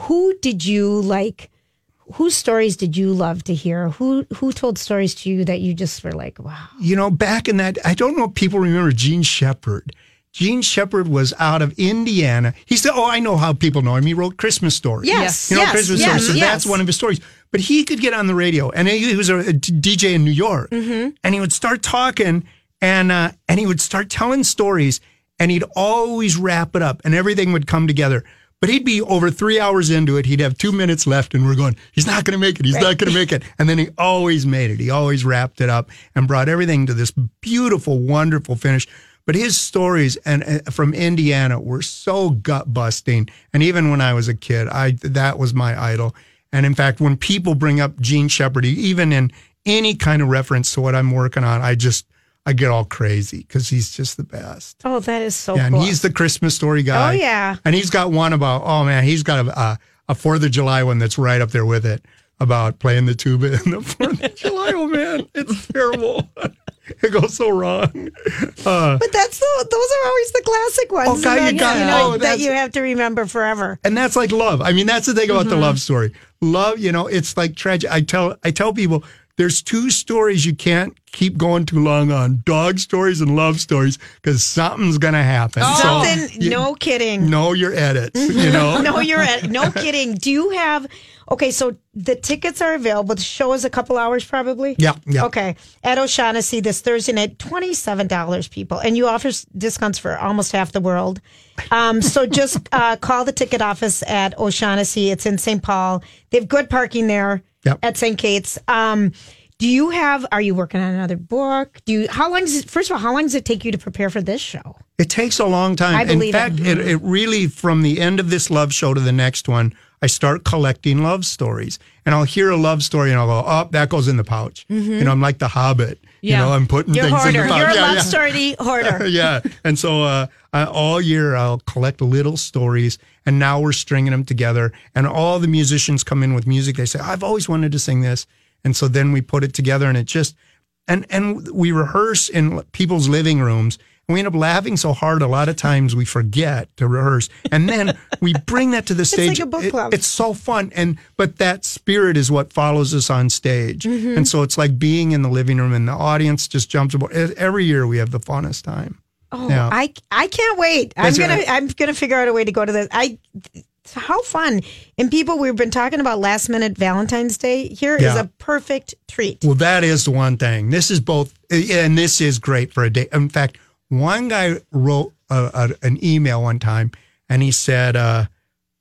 [SPEAKER 2] Who did you like? Whose stories did you love to hear? Who who told stories to you that you just were like, wow?
[SPEAKER 12] you know, back in that, I don't know if people remember Gene Shepard. Gene Shepard was out of Indiana. He said, Oh, I know how people know him. He wrote Christmas stories.
[SPEAKER 13] Yes,
[SPEAKER 12] You know,
[SPEAKER 13] yes,
[SPEAKER 12] Christmas
[SPEAKER 13] yes,
[SPEAKER 12] stories. So
[SPEAKER 13] yes.
[SPEAKER 12] that's one of his stories. But he could get on the radio and he he was a, a DJ in New York and he would start talking and, uh, and he would start telling stories and he'd always wrap it up and everything would come together. But he'd be over three hours into it. He'd have two minutes left, and we're going, he's not going to make it. He's not going to make it. And then he always made it. He always wrapped it up and brought everything to this beautiful, wonderful finish. But his stories and uh, from Indiana were so gut busting. And even when I was a kid, I that was my idol. And in fact, when people bring up Gene Shepherd, even in any kind of reference to what I'm working on, I just I get all crazy because he's just the best
[SPEAKER 2] Oh, that is so
[SPEAKER 12] yeah,
[SPEAKER 2] cool.
[SPEAKER 12] and he's the Christmas story guy.
[SPEAKER 2] Oh, yeah.
[SPEAKER 12] and he's got one about oh man, he's got a a, a Fourth of July one that's right up there with it about playing the tuba in the Fourth of July. Oh man, it's terrible. it goes so wrong. Uh,
[SPEAKER 2] but that's the, those are always the classic ones.
[SPEAKER 12] Okay,
[SPEAKER 2] that,
[SPEAKER 12] you got it.
[SPEAKER 2] know,
[SPEAKER 12] Oh,
[SPEAKER 2] that
[SPEAKER 12] that's-
[SPEAKER 2] you have to remember forever.
[SPEAKER 12] and that's like love. I mean, that's the thing about the
[SPEAKER 2] Mhm.
[SPEAKER 12] love story. Love, you know, it's like tragic. I tell I tell people there's two stories you can't keep going too long on: dog stories and love stories, because something's gonna happen. Oh. So
[SPEAKER 2] Oh. Something,
[SPEAKER 12] you
[SPEAKER 2] no kidding.
[SPEAKER 12] Know your edits. You know.
[SPEAKER 2] no, you're at, no kidding. Do you have? Okay, so the tickets are available. The show is a couple hours, probably.
[SPEAKER 12] Yeah, yeah.
[SPEAKER 2] Okay, at O'Shaughnessy this Thursday night, twenty seven dollars, people, and you offer s- discounts for almost half the world. Um, so just uh, call the ticket office at O'Shaughnessy. It's in St. Paul. They have good parking there at St. Kate's. Um, do you have? Are you working on another book? Do you? How long does it? First of all, how long does it take you to prepare for this show?
[SPEAKER 12] It takes a long time.
[SPEAKER 2] I
[SPEAKER 12] In
[SPEAKER 2] believe it. Mm-hmm.
[SPEAKER 12] fact, it. It, really, from the end of this love show to the next one, I start collecting love stories. And I'll hear a love story and I'll go, oh, that goes in the pouch.
[SPEAKER 2] Mhm.
[SPEAKER 12] You know, I'm like the hobbit.
[SPEAKER 2] Yeah.
[SPEAKER 12] You know, I'm putting
[SPEAKER 2] You're a
[SPEAKER 12] things in the
[SPEAKER 2] hoarder.
[SPEAKER 12] pouch.
[SPEAKER 2] You're a
[SPEAKER 12] Yeah,
[SPEAKER 2] love
[SPEAKER 12] yeah.
[SPEAKER 2] story hoarder.
[SPEAKER 12] yeah. And so uh, I, all year I'll collect little stories, and now we're stringing them together. And all the musicians come in with music. They say, "I've always wanted to sing this," and so then we put it together, and it just and and we rehearse in people's living rooms. And we end up laughing so hard a lot of times we forget to rehearse, and then we bring that to the stage.
[SPEAKER 2] like a book
[SPEAKER 12] It-
[SPEAKER 2] club.
[SPEAKER 12] it's so fun, and but that spirit is what follows us on stage,
[SPEAKER 2] Mhm.
[SPEAKER 12] and so it's like being in the living room, and the audience just jumps aboard. E, Every year we have the funnest time.
[SPEAKER 2] Oh,
[SPEAKER 12] Yeah.
[SPEAKER 2] I I can't wait.
[SPEAKER 12] That's
[SPEAKER 2] I'm gonna
[SPEAKER 12] right.
[SPEAKER 2] I'm gonna figure out a way to go to this. I how fun and people we've been talking about last minute Valentine's Day. Here is
[SPEAKER 12] Yeah.
[SPEAKER 2] a perfect treat.
[SPEAKER 12] Well, that is the one thing. This is both, and this is great for a day. In fact, one guy wrote a, a, an email one time, and he said, uh,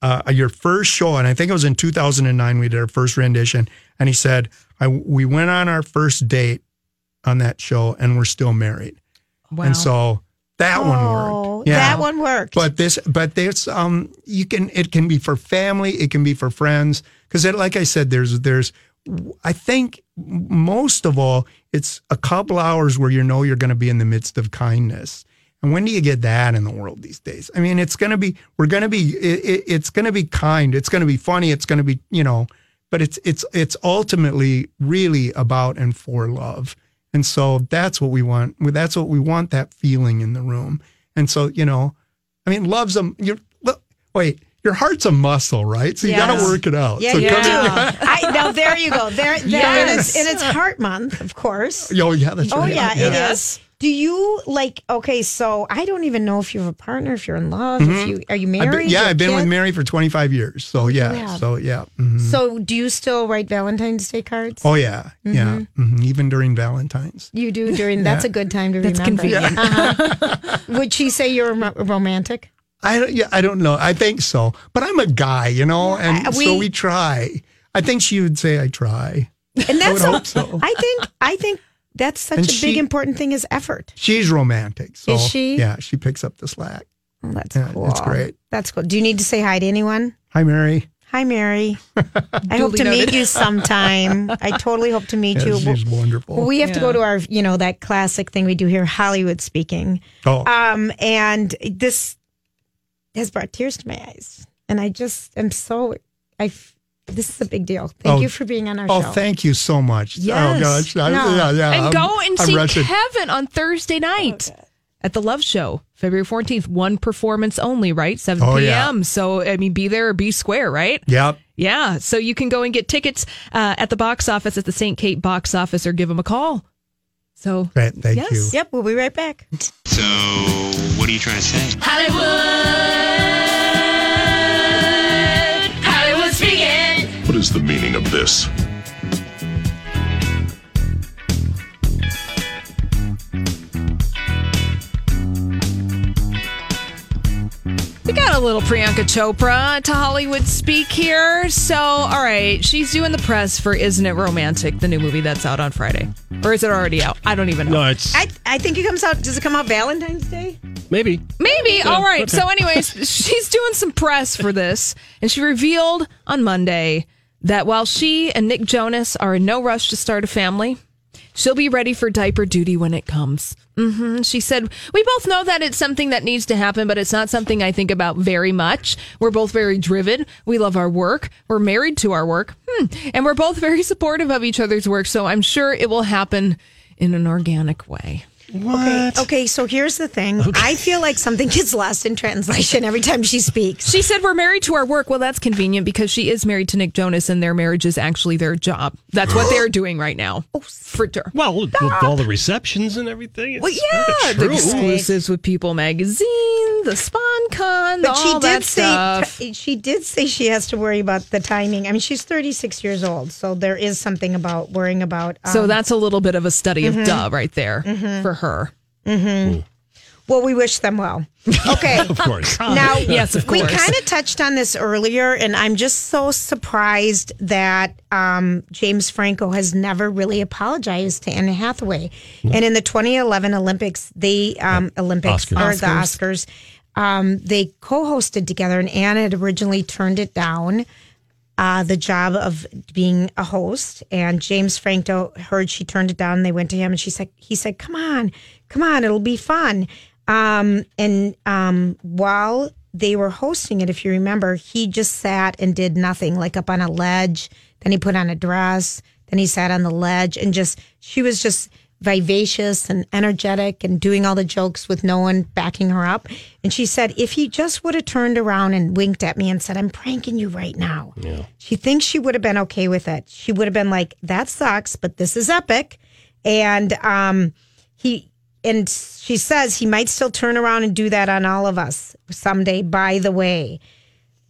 [SPEAKER 12] uh, "Your first show," and I think it was in 2009. We did our first rendition, and he said, "I we went on our first date on that show, and we're still married."
[SPEAKER 2] Wow.
[SPEAKER 12] And so that one
[SPEAKER 2] Oh,
[SPEAKER 12] worked. Yeah.
[SPEAKER 2] that one worked.
[SPEAKER 12] But this, but there's, um, you can, it can be for family, it can be for friends, because like I said, there's, there's, I think most of all, it's a couple hours where you know you're going to be in the midst of kindness. And when do you get that in the world these days? I mean, it's going to be, we're going to be, it, it, it's going to be kind, it's going to be funny, it's going to be, you know, but it's, it's, it's ultimately really about and for love. And so that's what we want. That's what we want that feeling in the room. And so, you know, I mean, love's a, you're, look, wait, your heart's a muscle, right? So you got
[SPEAKER 2] Yes.
[SPEAKER 12] to work it out.
[SPEAKER 2] Yeah,
[SPEAKER 12] so
[SPEAKER 2] you
[SPEAKER 12] come-
[SPEAKER 2] do. I, now there you go. There, there
[SPEAKER 12] Yes.
[SPEAKER 2] it is. And it's Heart Month, of course.
[SPEAKER 12] Oh, yeah, that's
[SPEAKER 2] oh
[SPEAKER 12] right.
[SPEAKER 2] yeah, it
[SPEAKER 12] Yeah.
[SPEAKER 2] is. Do you like? Okay, so I don't even know if you have a partner, if you're in love, if
[SPEAKER 12] Mhm.
[SPEAKER 2] you are you
[SPEAKER 12] I've been-
[SPEAKER 2] married?
[SPEAKER 12] yeah,
[SPEAKER 2] You have
[SPEAKER 12] I've been with
[SPEAKER 2] kids?
[SPEAKER 12] Mary for 25 years. So yeah,
[SPEAKER 2] Yeah.
[SPEAKER 12] so yeah. mhm.
[SPEAKER 2] So do you still write Valentine's Day cards?
[SPEAKER 12] oh yeah, yeah.
[SPEAKER 2] Mhm.
[SPEAKER 12] mhm, Even during Valentine's.
[SPEAKER 2] You do during
[SPEAKER 12] Yeah.
[SPEAKER 2] that's a good time to
[SPEAKER 12] That's
[SPEAKER 2] remember.
[SPEAKER 12] convenient.
[SPEAKER 2] Uh-huh. Would she say you're rom- romantic?
[SPEAKER 12] I don't, yeah, I don't know. I think so, but I'm a guy, you know, and
[SPEAKER 2] I-
[SPEAKER 12] so
[SPEAKER 2] we-
[SPEAKER 12] we try. I think she would say I try.
[SPEAKER 2] And that's
[SPEAKER 12] I would
[SPEAKER 2] a-
[SPEAKER 12] hope so.
[SPEAKER 2] I think I think that's such
[SPEAKER 12] And
[SPEAKER 2] a big
[SPEAKER 12] she-
[SPEAKER 2] important thing is effort.
[SPEAKER 12] She's romantic. So,
[SPEAKER 2] Is she?
[SPEAKER 12] Yeah, she picks up the slack.
[SPEAKER 2] Oh, that's
[SPEAKER 12] yeah,
[SPEAKER 2] cool.
[SPEAKER 12] It's great.
[SPEAKER 2] That's cool. Do you need to say hi to anyone?
[SPEAKER 12] Hi, Mary.
[SPEAKER 2] Hi, Mary. I hope
[SPEAKER 3] Duly
[SPEAKER 2] to meet
[SPEAKER 3] noted.
[SPEAKER 2] you sometime. I totally hope to meet
[SPEAKER 12] Yeah,
[SPEAKER 2] you.
[SPEAKER 12] she's wonderful.
[SPEAKER 2] We have
[SPEAKER 12] Yeah.
[SPEAKER 2] to go to our, you know, that classic thing we do here, Hollywood speaking.
[SPEAKER 12] Oh.
[SPEAKER 2] Um, and this has brought tears to my eyes. And I just am so, I, f- this is a big deal. Thank
[SPEAKER 12] Oh.
[SPEAKER 2] you for being on our
[SPEAKER 12] Oh,
[SPEAKER 2] show.
[SPEAKER 12] thank you so much.
[SPEAKER 2] Yes.
[SPEAKER 12] Oh gosh. I-
[SPEAKER 2] No.
[SPEAKER 12] yeah, yeah,
[SPEAKER 3] and
[SPEAKER 12] Um, I'm-
[SPEAKER 3] go and
[SPEAKER 12] I'm
[SPEAKER 3] see
[SPEAKER 12] wretched.
[SPEAKER 3] Kevin on
[SPEAKER 12] Oh,
[SPEAKER 3] Thursday night at the Love Show, February 14th. One performance only, right? 7
[SPEAKER 12] Oh, yeah.
[SPEAKER 3] p.m. So, I mean, be there or be square, right?
[SPEAKER 12] Yep.
[SPEAKER 3] Yeah. So you can go and get tickets uh, at the box office, at the St. Kate box office, or give them a call. So,
[SPEAKER 12] Right, thank
[SPEAKER 3] yes.
[SPEAKER 12] you.
[SPEAKER 2] Yep, we'll be right back.
[SPEAKER 13] So, what are you trying to say?
[SPEAKER 10] Hollywood, Hollywood speaking.
[SPEAKER 14] What is the meaning of this?
[SPEAKER 3] We got a little Priyanka Chopra to Hollywood speak here. So, all right, she's doing the press for Isn't It Romantic, the new movie that's out on Friday. Or is it already out? I don't even know.
[SPEAKER 1] No, it's
[SPEAKER 2] I, I think it comes out, does it come out Valentine's Day?
[SPEAKER 1] maybe.
[SPEAKER 3] Maybe.
[SPEAKER 1] Yeah,
[SPEAKER 3] All right.
[SPEAKER 1] okay.
[SPEAKER 3] So, anyways, she's doing some press for this, and she revealed on Monday that while she and Nick Jonas are in no rush to start a family, she'll be ready for diaper duty when it comes. hmm She said, We both know that it's something that needs to happen, but it's not something I think about very much. We're both very driven. We love our work. We're married to our work. Hmm. And we're both very supportive of each other's work. So, I'm sure it will happen in an organic way.
[SPEAKER 2] Okay, okay, so here's the thing. I feel like something gets lost in translation every time she speaks.
[SPEAKER 3] She said we're married to our work. Well, that's convenient because she is married to Nick Jonas and their marriage is actually their job. That's what they're doing right now. Oh, for sure.
[SPEAKER 1] Well, with all the receptions and everything.
[SPEAKER 3] Well,
[SPEAKER 1] it's
[SPEAKER 3] yeah,
[SPEAKER 1] kinda
[SPEAKER 3] the
[SPEAKER 1] true.
[SPEAKER 3] exclusives with People Magazine, the SpawnCon,
[SPEAKER 2] But
[SPEAKER 3] all
[SPEAKER 2] she
[SPEAKER 3] that
[SPEAKER 2] did say
[SPEAKER 3] stuff.
[SPEAKER 2] she did say she has to worry about the timing. I mean, she's 36 years old, so there is something about worrying about. Um,
[SPEAKER 3] so that's a little bit of a study
[SPEAKER 2] Mhm.
[SPEAKER 3] of duh right there
[SPEAKER 2] Mhm.
[SPEAKER 3] for her.
[SPEAKER 2] hmm Well, we wish them well. Okay.
[SPEAKER 3] Of course.
[SPEAKER 2] Now,
[SPEAKER 3] Yes, of
[SPEAKER 2] Oh, We
[SPEAKER 3] course.
[SPEAKER 2] kind of touched on this earlier, and I'm just so surprised that um, James Franco has never really apologized to Anne Hathaway. And in the 2011 Olympics, they um, Olympics
[SPEAKER 11] Oscars.
[SPEAKER 2] or the Oscars, um, they co-hosted together, and Anne had originally turned it down. Uh, the job of being a host, and James Franco heard she turned it down. And they went to him, and she said, "He said, come on, come on, it'll be fun." Um, and um, while they were hosting it, if you remember, he just sat and did nothing, like up on a ledge. Then he put on a dress. Then he sat on the ledge and just, she was just vivacious and energetic and doing all the jokes with no one backing her up. And she said, if he just would have turned around and winked at me and said, I'm pranking you right now,
[SPEAKER 1] Yeah.
[SPEAKER 2] she thinks she would have been okay with it. She would have been like, that sucks, but this is epic. And um, he, and she says he might still turn around and do that on all of us someday, by the way.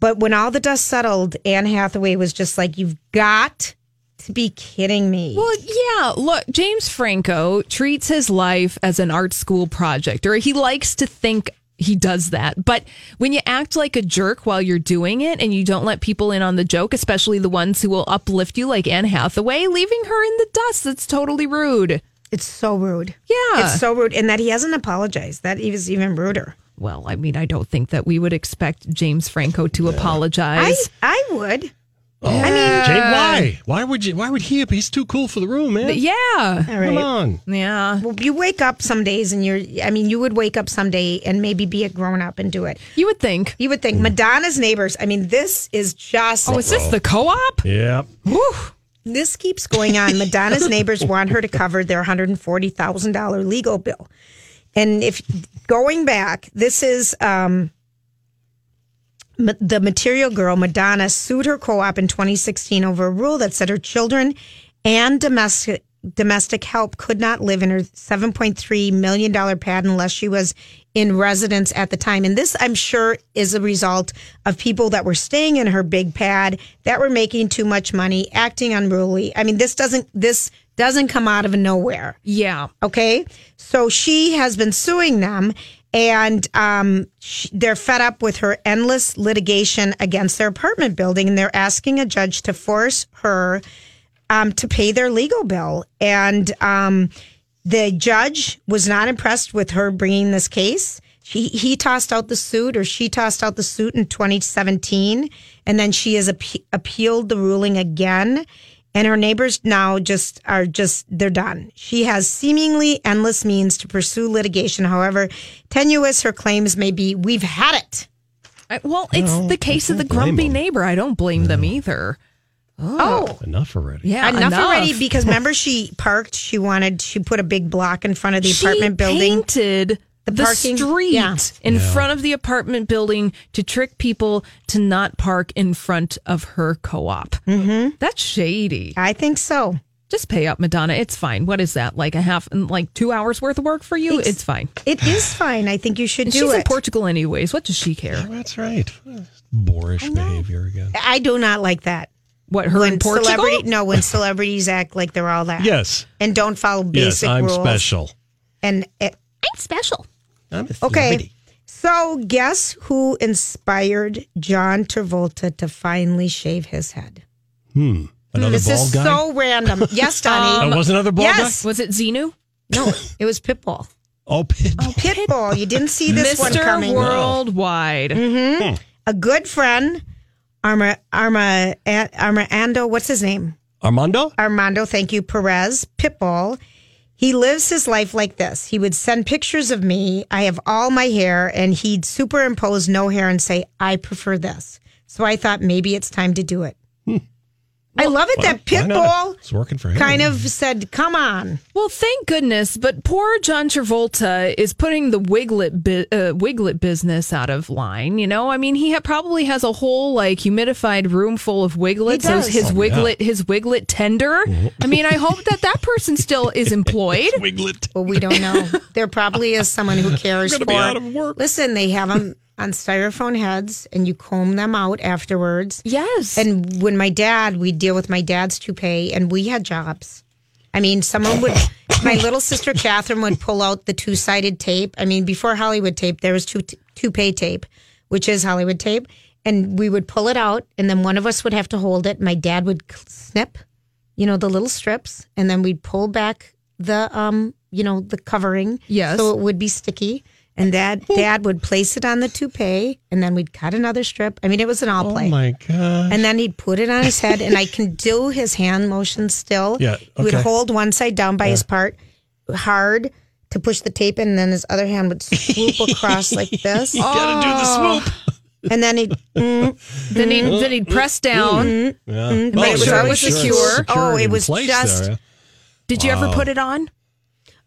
[SPEAKER 2] But when all the dust settled, Anne Hathaway was just like, you've got to be kidding me.
[SPEAKER 3] Well, yeah. Look, James Franco treats his life as an art school project, or he likes to think he does that. But when you act like a jerk while you're doing it and you don't let people in on the joke, especially the ones who will uplift you, like Anne Hathaway, leaving her in the dust, that's totally rude.
[SPEAKER 2] It's so rude.
[SPEAKER 3] Yeah.
[SPEAKER 2] It's so rude. And that he hasn't apologized. That is even ruder.
[SPEAKER 3] well, I mean, I don't think that we would expect James Franco to
[SPEAKER 2] I,
[SPEAKER 3] apologize.
[SPEAKER 2] I would.
[SPEAKER 1] I
[SPEAKER 3] mean-
[SPEAKER 1] Jay, why? Why would you? Why would he? He's too cool for the room, man.
[SPEAKER 3] But yeah.
[SPEAKER 2] All right.
[SPEAKER 1] Come on.
[SPEAKER 3] Yeah.
[SPEAKER 2] Well, you wake up some days and you're, I mean, you would wake up someday and maybe be a grown up and do it.
[SPEAKER 3] You would think.
[SPEAKER 2] You would think. Madonna's neighbors. I mean, this is just.
[SPEAKER 3] Oh, is this the co op?
[SPEAKER 1] Yeah.
[SPEAKER 2] This keeps going on. Madonna's neighbors want her to cover their $140,000 legal bill. And if going back, this is um, ma- the material girl, Madonna, sued her co op in 2016 over a rule that said her children and domestic. Domestic help could not live in her $7.3 million pad unless she was in residence at the time. And this, I'm sure, is a result of people that were staying in her big pad that were making too much money, acting unruly. I mean, this doesn't, this doesn't come out of nowhere.
[SPEAKER 3] Yeah.
[SPEAKER 2] Okay. So she has been suing them and um, sh they're fed up with her endless litigation against their apartment building and they're asking a judge to force her um, to pay their legal bill. And um, the judge was not impressed with her bringing this case. he, he tossed out the suit or she tossed out the suit in 2017 and then she has appe- appealed the ruling again and her neighbors now just are just they're done she has seemingly endless means to pursue litigation however tenuous her claims may be we've had it
[SPEAKER 3] I, well it's the case of the grumpy neighbor i don't blame them either
[SPEAKER 2] oh
[SPEAKER 1] Enough already.
[SPEAKER 3] Yeah,
[SPEAKER 2] enough,
[SPEAKER 3] enough.
[SPEAKER 2] already because remember she parked. She wanted. She put a big block in front of the
[SPEAKER 3] She
[SPEAKER 2] apartment building.
[SPEAKER 3] Painted the,
[SPEAKER 2] parking-
[SPEAKER 3] street
[SPEAKER 2] yeah.
[SPEAKER 3] in
[SPEAKER 2] Yeah.
[SPEAKER 3] front of the apartment building to trick people to not park in front of her co-op. Mm-hmm. That's shady.
[SPEAKER 2] I think so.
[SPEAKER 3] Just pay up, Madonna. It's fine. What is that? Like a half, like two hours worth of work for you? It's, fine.
[SPEAKER 2] It is fine. I think you should do
[SPEAKER 3] she's in
[SPEAKER 2] it.
[SPEAKER 3] Portugal anyways. What does she care?
[SPEAKER 1] that's right. Boorish behavior again.
[SPEAKER 2] I do not like that.
[SPEAKER 3] What her
[SPEAKER 2] when
[SPEAKER 3] in Portugal?
[SPEAKER 2] Celebrity, no, when celebrities act like they're all that.
[SPEAKER 1] Yes.
[SPEAKER 2] and don't follow
[SPEAKER 1] Yes,
[SPEAKER 2] basic
[SPEAKER 1] I'm
[SPEAKER 2] rules.
[SPEAKER 1] special.
[SPEAKER 2] And it, I'm special.
[SPEAKER 1] I'm a
[SPEAKER 2] Okay.
[SPEAKER 1] celebrity.
[SPEAKER 2] So guess who inspired John Travolta to finally shave his head?
[SPEAKER 1] Hmm. Another
[SPEAKER 2] this
[SPEAKER 1] bald
[SPEAKER 2] is
[SPEAKER 1] guy.
[SPEAKER 2] so random. Yes, Donnie.
[SPEAKER 1] Um, That was another bald guy?
[SPEAKER 2] yes.
[SPEAKER 3] Was it Xenu?
[SPEAKER 2] No, it was Pitbull.
[SPEAKER 1] oh, pit.
[SPEAKER 2] Oh, Pitbull. You didn't see this one
[SPEAKER 3] Mr.
[SPEAKER 2] coming.
[SPEAKER 3] Worldwide.
[SPEAKER 2] hmm A good friend, Arma Arma Armando. What's his name?
[SPEAKER 1] Armando?
[SPEAKER 2] Armando. Thank you, Perez Pitbull. He lives his life like this. He would send pictures of me. I have all my hair, and he'd superimpose no hair and say, "I prefer this." So I thought maybe it's time to do it. I love it that
[SPEAKER 1] Hmm. Why not?
[SPEAKER 2] Pitbull
[SPEAKER 1] It's working for him.
[SPEAKER 2] kind of said, "Come on."
[SPEAKER 3] Well, thank goodness, but poor John Travolta is putting the wiglet bu- uh, wiglet business out of line. You know, I mean, he ha- probably has a whole like humidified room full of wiglets.
[SPEAKER 2] He does.
[SPEAKER 3] His, his
[SPEAKER 2] Oh,
[SPEAKER 3] wiglet, his wiglet tender. I mean, I hope that that person still is employed.
[SPEAKER 1] Wiglet.
[SPEAKER 2] Well, we don't know. there probably is someone who cares
[SPEAKER 1] I'm gonna
[SPEAKER 2] for.
[SPEAKER 1] be out of work.
[SPEAKER 2] Listen, they have them on styrofoam heads, and you comb them out afterwards.
[SPEAKER 3] Yes.
[SPEAKER 2] And when my dad, we deal with my dad's toupee, and we had jobs. I mean, someone would. my little sister Catherine would pull out the two sided tape. I mean, before Hollywood tape, there was two toupee tape, which is Hollywood tape, and we would pull it out, and then one of us would have to hold it. My dad would cl- snip you know, the little strips, and then we'd pull back the um, you know, the covering.
[SPEAKER 3] Yes.
[SPEAKER 2] So it would be sticky. And dad dad would place it on the toupee and then we'd cut another strip. I mean it was an all play.
[SPEAKER 1] Oh my god.
[SPEAKER 2] and then he'd put it on his head and I can do his hand motion still.
[SPEAKER 1] Yeah,
[SPEAKER 2] He would
[SPEAKER 1] okay.
[SPEAKER 2] hold one side down by his part hard to push the tape in and then his other hand would swoop across like this.
[SPEAKER 1] You gotta do the swoop.
[SPEAKER 2] And then he'd mm,
[SPEAKER 3] Then he then he'd press down.
[SPEAKER 1] Yeah.
[SPEAKER 2] mm,
[SPEAKER 1] Oh,
[SPEAKER 2] make
[SPEAKER 1] it
[SPEAKER 2] sure it
[SPEAKER 1] already
[SPEAKER 2] was
[SPEAKER 1] sure it's
[SPEAKER 2] secure.
[SPEAKER 1] secured
[SPEAKER 2] Oh, it
[SPEAKER 1] in
[SPEAKER 2] was
[SPEAKER 1] place
[SPEAKER 2] just
[SPEAKER 1] there, yeah.
[SPEAKER 3] Did you ever
[SPEAKER 1] Wow.
[SPEAKER 3] put it on?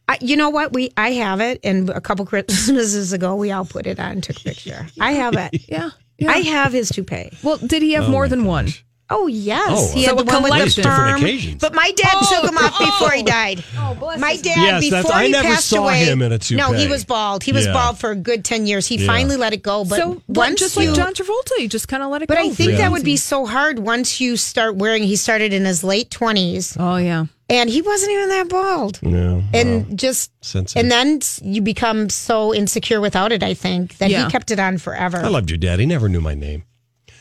[SPEAKER 2] I, you know what? We I have it, and a couple Christmases ago, we all put it on and took a picture. I have it.
[SPEAKER 3] Yeah.
[SPEAKER 2] I have his toupee.
[SPEAKER 3] Well, did he have more than one?
[SPEAKER 2] Oh yes,
[SPEAKER 1] Oh,
[SPEAKER 2] he
[SPEAKER 1] so
[SPEAKER 2] had the
[SPEAKER 3] a
[SPEAKER 2] one with the
[SPEAKER 3] collection.
[SPEAKER 1] Different
[SPEAKER 2] perm.
[SPEAKER 1] occasions.
[SPEAKER 2] But my dad
[SPEAKER 3] Oh,
[SPEAKER 2] took him off before he died. my dad
[SPEAKER 1] Yes, that's-
[SPEAKER 2] before
[SPEAKER 1] I
[SPEAKER 2] he
[SPEAKER 1] never
[SPEAKER 2] passed
[SPEAKER 1] saw
[SPEAKER 2] away.
[SPEAKER 1] him in a toupee.
[SPEAKER 2] No, he was bald. He was
[SPEAKER 1] Yeah.
[SPEAKER 2] bald for a good ten years. He
[SPEAKER 1] Yeah.
[SPEAKER 2] finally let it go. But
[SPEAKER 3] so
[SPEAKER 2] once
[SPEAKER 3] just
[SPEAKER 2] you-
[SPEAKER 3] like John Travolta, you just kind of let it
[SPEAKER 2] But
[SPEAKER 3] go.
[SPEAKER 2] I think
[SPEAKER 3] for
[SPEAKER 2] that would be
[SPEAKER 3] easy.
[SPEAKER 2] so hard once you start wearing. He started in his late twenties,
[SPEAKER 3] Oh yeah.
[SPEAKER 2] and he wasn't even that bald.
[SPEAKER 1] Yeah.
[SPEAKER 2] and just
[SPEAKER 1] sensitive.
[SPEAKER 2] and then s- you become so insecure without it i think that
[SPEAKER 3] Yeah.
[SPEAKER 2] he kept it on forever
[SPEAKER 1] I loved your dad. He never knew my name.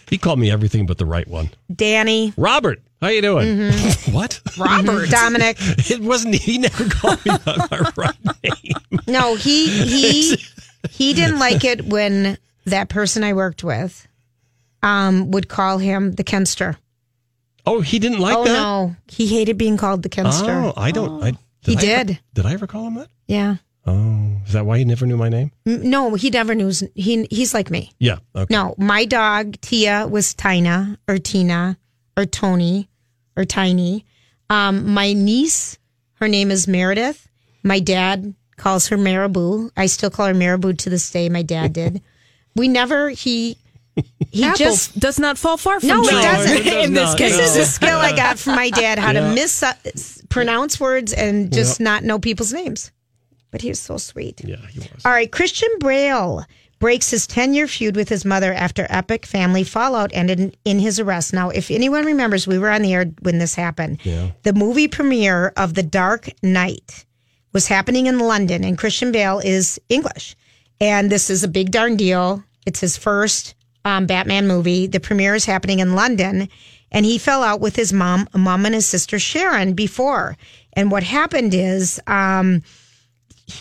[SPEAKER 1] He called me everything but the right one.
[SPEAKER 2] danny
[SPEAKER 1] Robert, how you doing? what?
[SPEAKER 2] Mm-hmm. robert dominic
[SPEAKER 1] It wasn't. He never called me by my right name.
[SPEAKER 2] no he he he didn't like it when that person i worked with um would call him the kenster
[SPEAKER 1] Oh, he didn't like
[SPEAKER 2] oh
[SPEAKER 1] that.
[SPEAKER 2] no he hated being called the kenster
[SPEAKER 1] Oh, I don't. I,
[SPEAKER 2] He
[SPEAKER 1] I ever-
[SPEAKER 2] did.
[SPEAKER 1] did I ever call him that?
[SPEAKER 2] yeah
[SPEAKER 1] Oh, is that why he never knew my name?
[SPEAKER 2] M- no he never knew his- he he's like me
[SPEAKER 1] Yeah. Okay.
[SPEAKER 2] No, my dog Tia was Tina or Tina or Tony or Tiny. Um, my niece, her name is Meredith. My dad calls her Marabou. I still call her Marabou to this day. My dad did. We never he he
[SPEAKER 3] Apple
[SPEAKER 2] just
[SPEAKER 3] does not fall far from
[SPEAKER 2] no, it
[SPEAKER 3] John.
[SPEAKER 2] doesn't.
[SPEAKER 1] it does
[SPEAKER 2] In this
[SPEAKER 1] not,
[SPEAKER 2] case,
[SPEAKER 1] no.
[SPEAKER 2] this is a skill I got from my dad how
[SPEAKER 1] Yeah.
[SPEAKER 2] to mispronounce words and just not know people's names. But he was so sweet.
[SPEAKER 1] Yeah, he was.
[SPEAKER 2] All right, Christian Braille breaks his 10 year feud with his mother after epic family fallout ended in, in his arrest. Now, if anyone remembers, we were on the air when this happened.
[SPEAKER 1] Yeah.
[SPEAKER 2] The movie premiere of The Dark Knight was happening in London, and Christian Bale is English. And this is a big darn deal. It's his first um, Batman movie. The premiere is happening in London, and he fell out with his mom, mom and his sister Sharon before. And what happened is, um,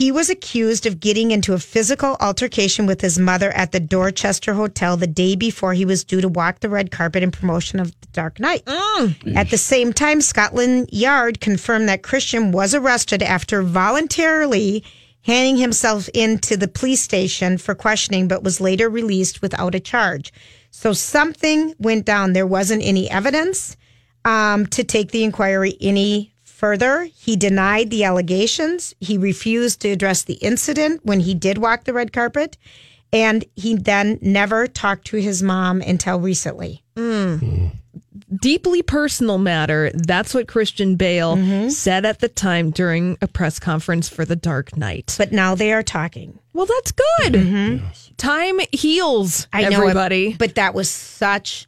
[SPEAKER 2] He was accused of getting into a physical altercation with his mother at the Dorchester Hotel the day before he was due to walk the red carpet in promotion of The Dark Knight. At the same time, Scotland Yard confirmed that Christian was arrested after voluntarily handing himself in to the police station for questioning, but was later released without a charge. So something went down. There wasn't any evidence um, to take the inquiry any further. He denied the allegations. He refused to address the incident when he did walk the red carpet. And he then never talked to his mom until recently.
[SPEAKER 3] Deeply personal matter. That's what Christian Bale
[SPEAKER 2] Mm-hmm.
[SPEAKER 3] said at the time during a press conference for The Dark Knight.
[SPEAKER 2] But now they are talking.
[SPEAKER 3] Well, that's good. Time heals
[SPEAKER 2] Mm-hmm. I know
[SPEAKER 3] everybody.
[SPEAKER 2] it, but that was such,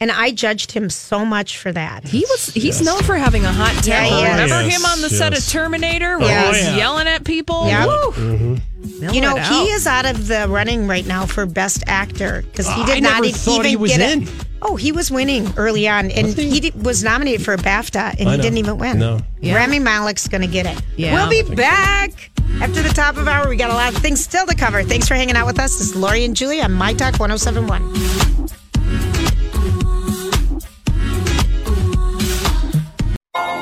[SPEAKER 2] and I judged him so much for that.
[SPEAKER 3] He was he's known for having a hot
[SPEAKER 2] Yeah,
[SPEAKER 3] temper.
[SPEAKER 2] he is.
[SPEAKER 3] Remember
[SPEAKER 2] Yes,
[SPEAKER 3] him on the set of
[SPEAKER 2] yes.
[SPEAKER 3] Terminator where
[SPEAKER 2] Yes.
[SPEAKER 3] he was
[SPEAKER 2] Oh, yeah.
[SPEAKER 3] yelling at people?
[SPEAKER 2] Yep.
[SPEAKER 3] Woo.
[SPEAKER 2] you know,
[SPEAKER 3] it out.
[SPEAKER 2] he is out of the running right now for best actor because he
[SPEAKER 14] Ah,
[SPEAKER 2] did
[SPEAKER 14] I
[SPEAKER 2] not
[SPEAKER 14] never
[SPEAKER 2] e-
[SPEAKER 14] thought
[SPEAKER 2] even
[SPEAKER 14] he was
[SPEAKER 2] get
[SPEAKER 14] in.
[SPEAKER 2] it. Oh, he was winning early on, and he, did, was nominated for a BAFTA, and
[SPEAKER 14] I
[SPEAKER 2] he
[SPEAKER 14] know.
[SPEAKER 2] didn't even win.
[SPEAKER 14] No.
[SPEAKER 3] Yeah.
[SPEAKER 2] Rami Malek's going to get it.
[SPEAKER 3] Yeah.
[SPEAKER 2] We'll be
[SPEAKER 3] Thank you.
[SPEAKER 2] back after the top of hour. We got a lot of things still to cover. Thanks for hanging out with us. This is Lori and Julie on My Talk 1071.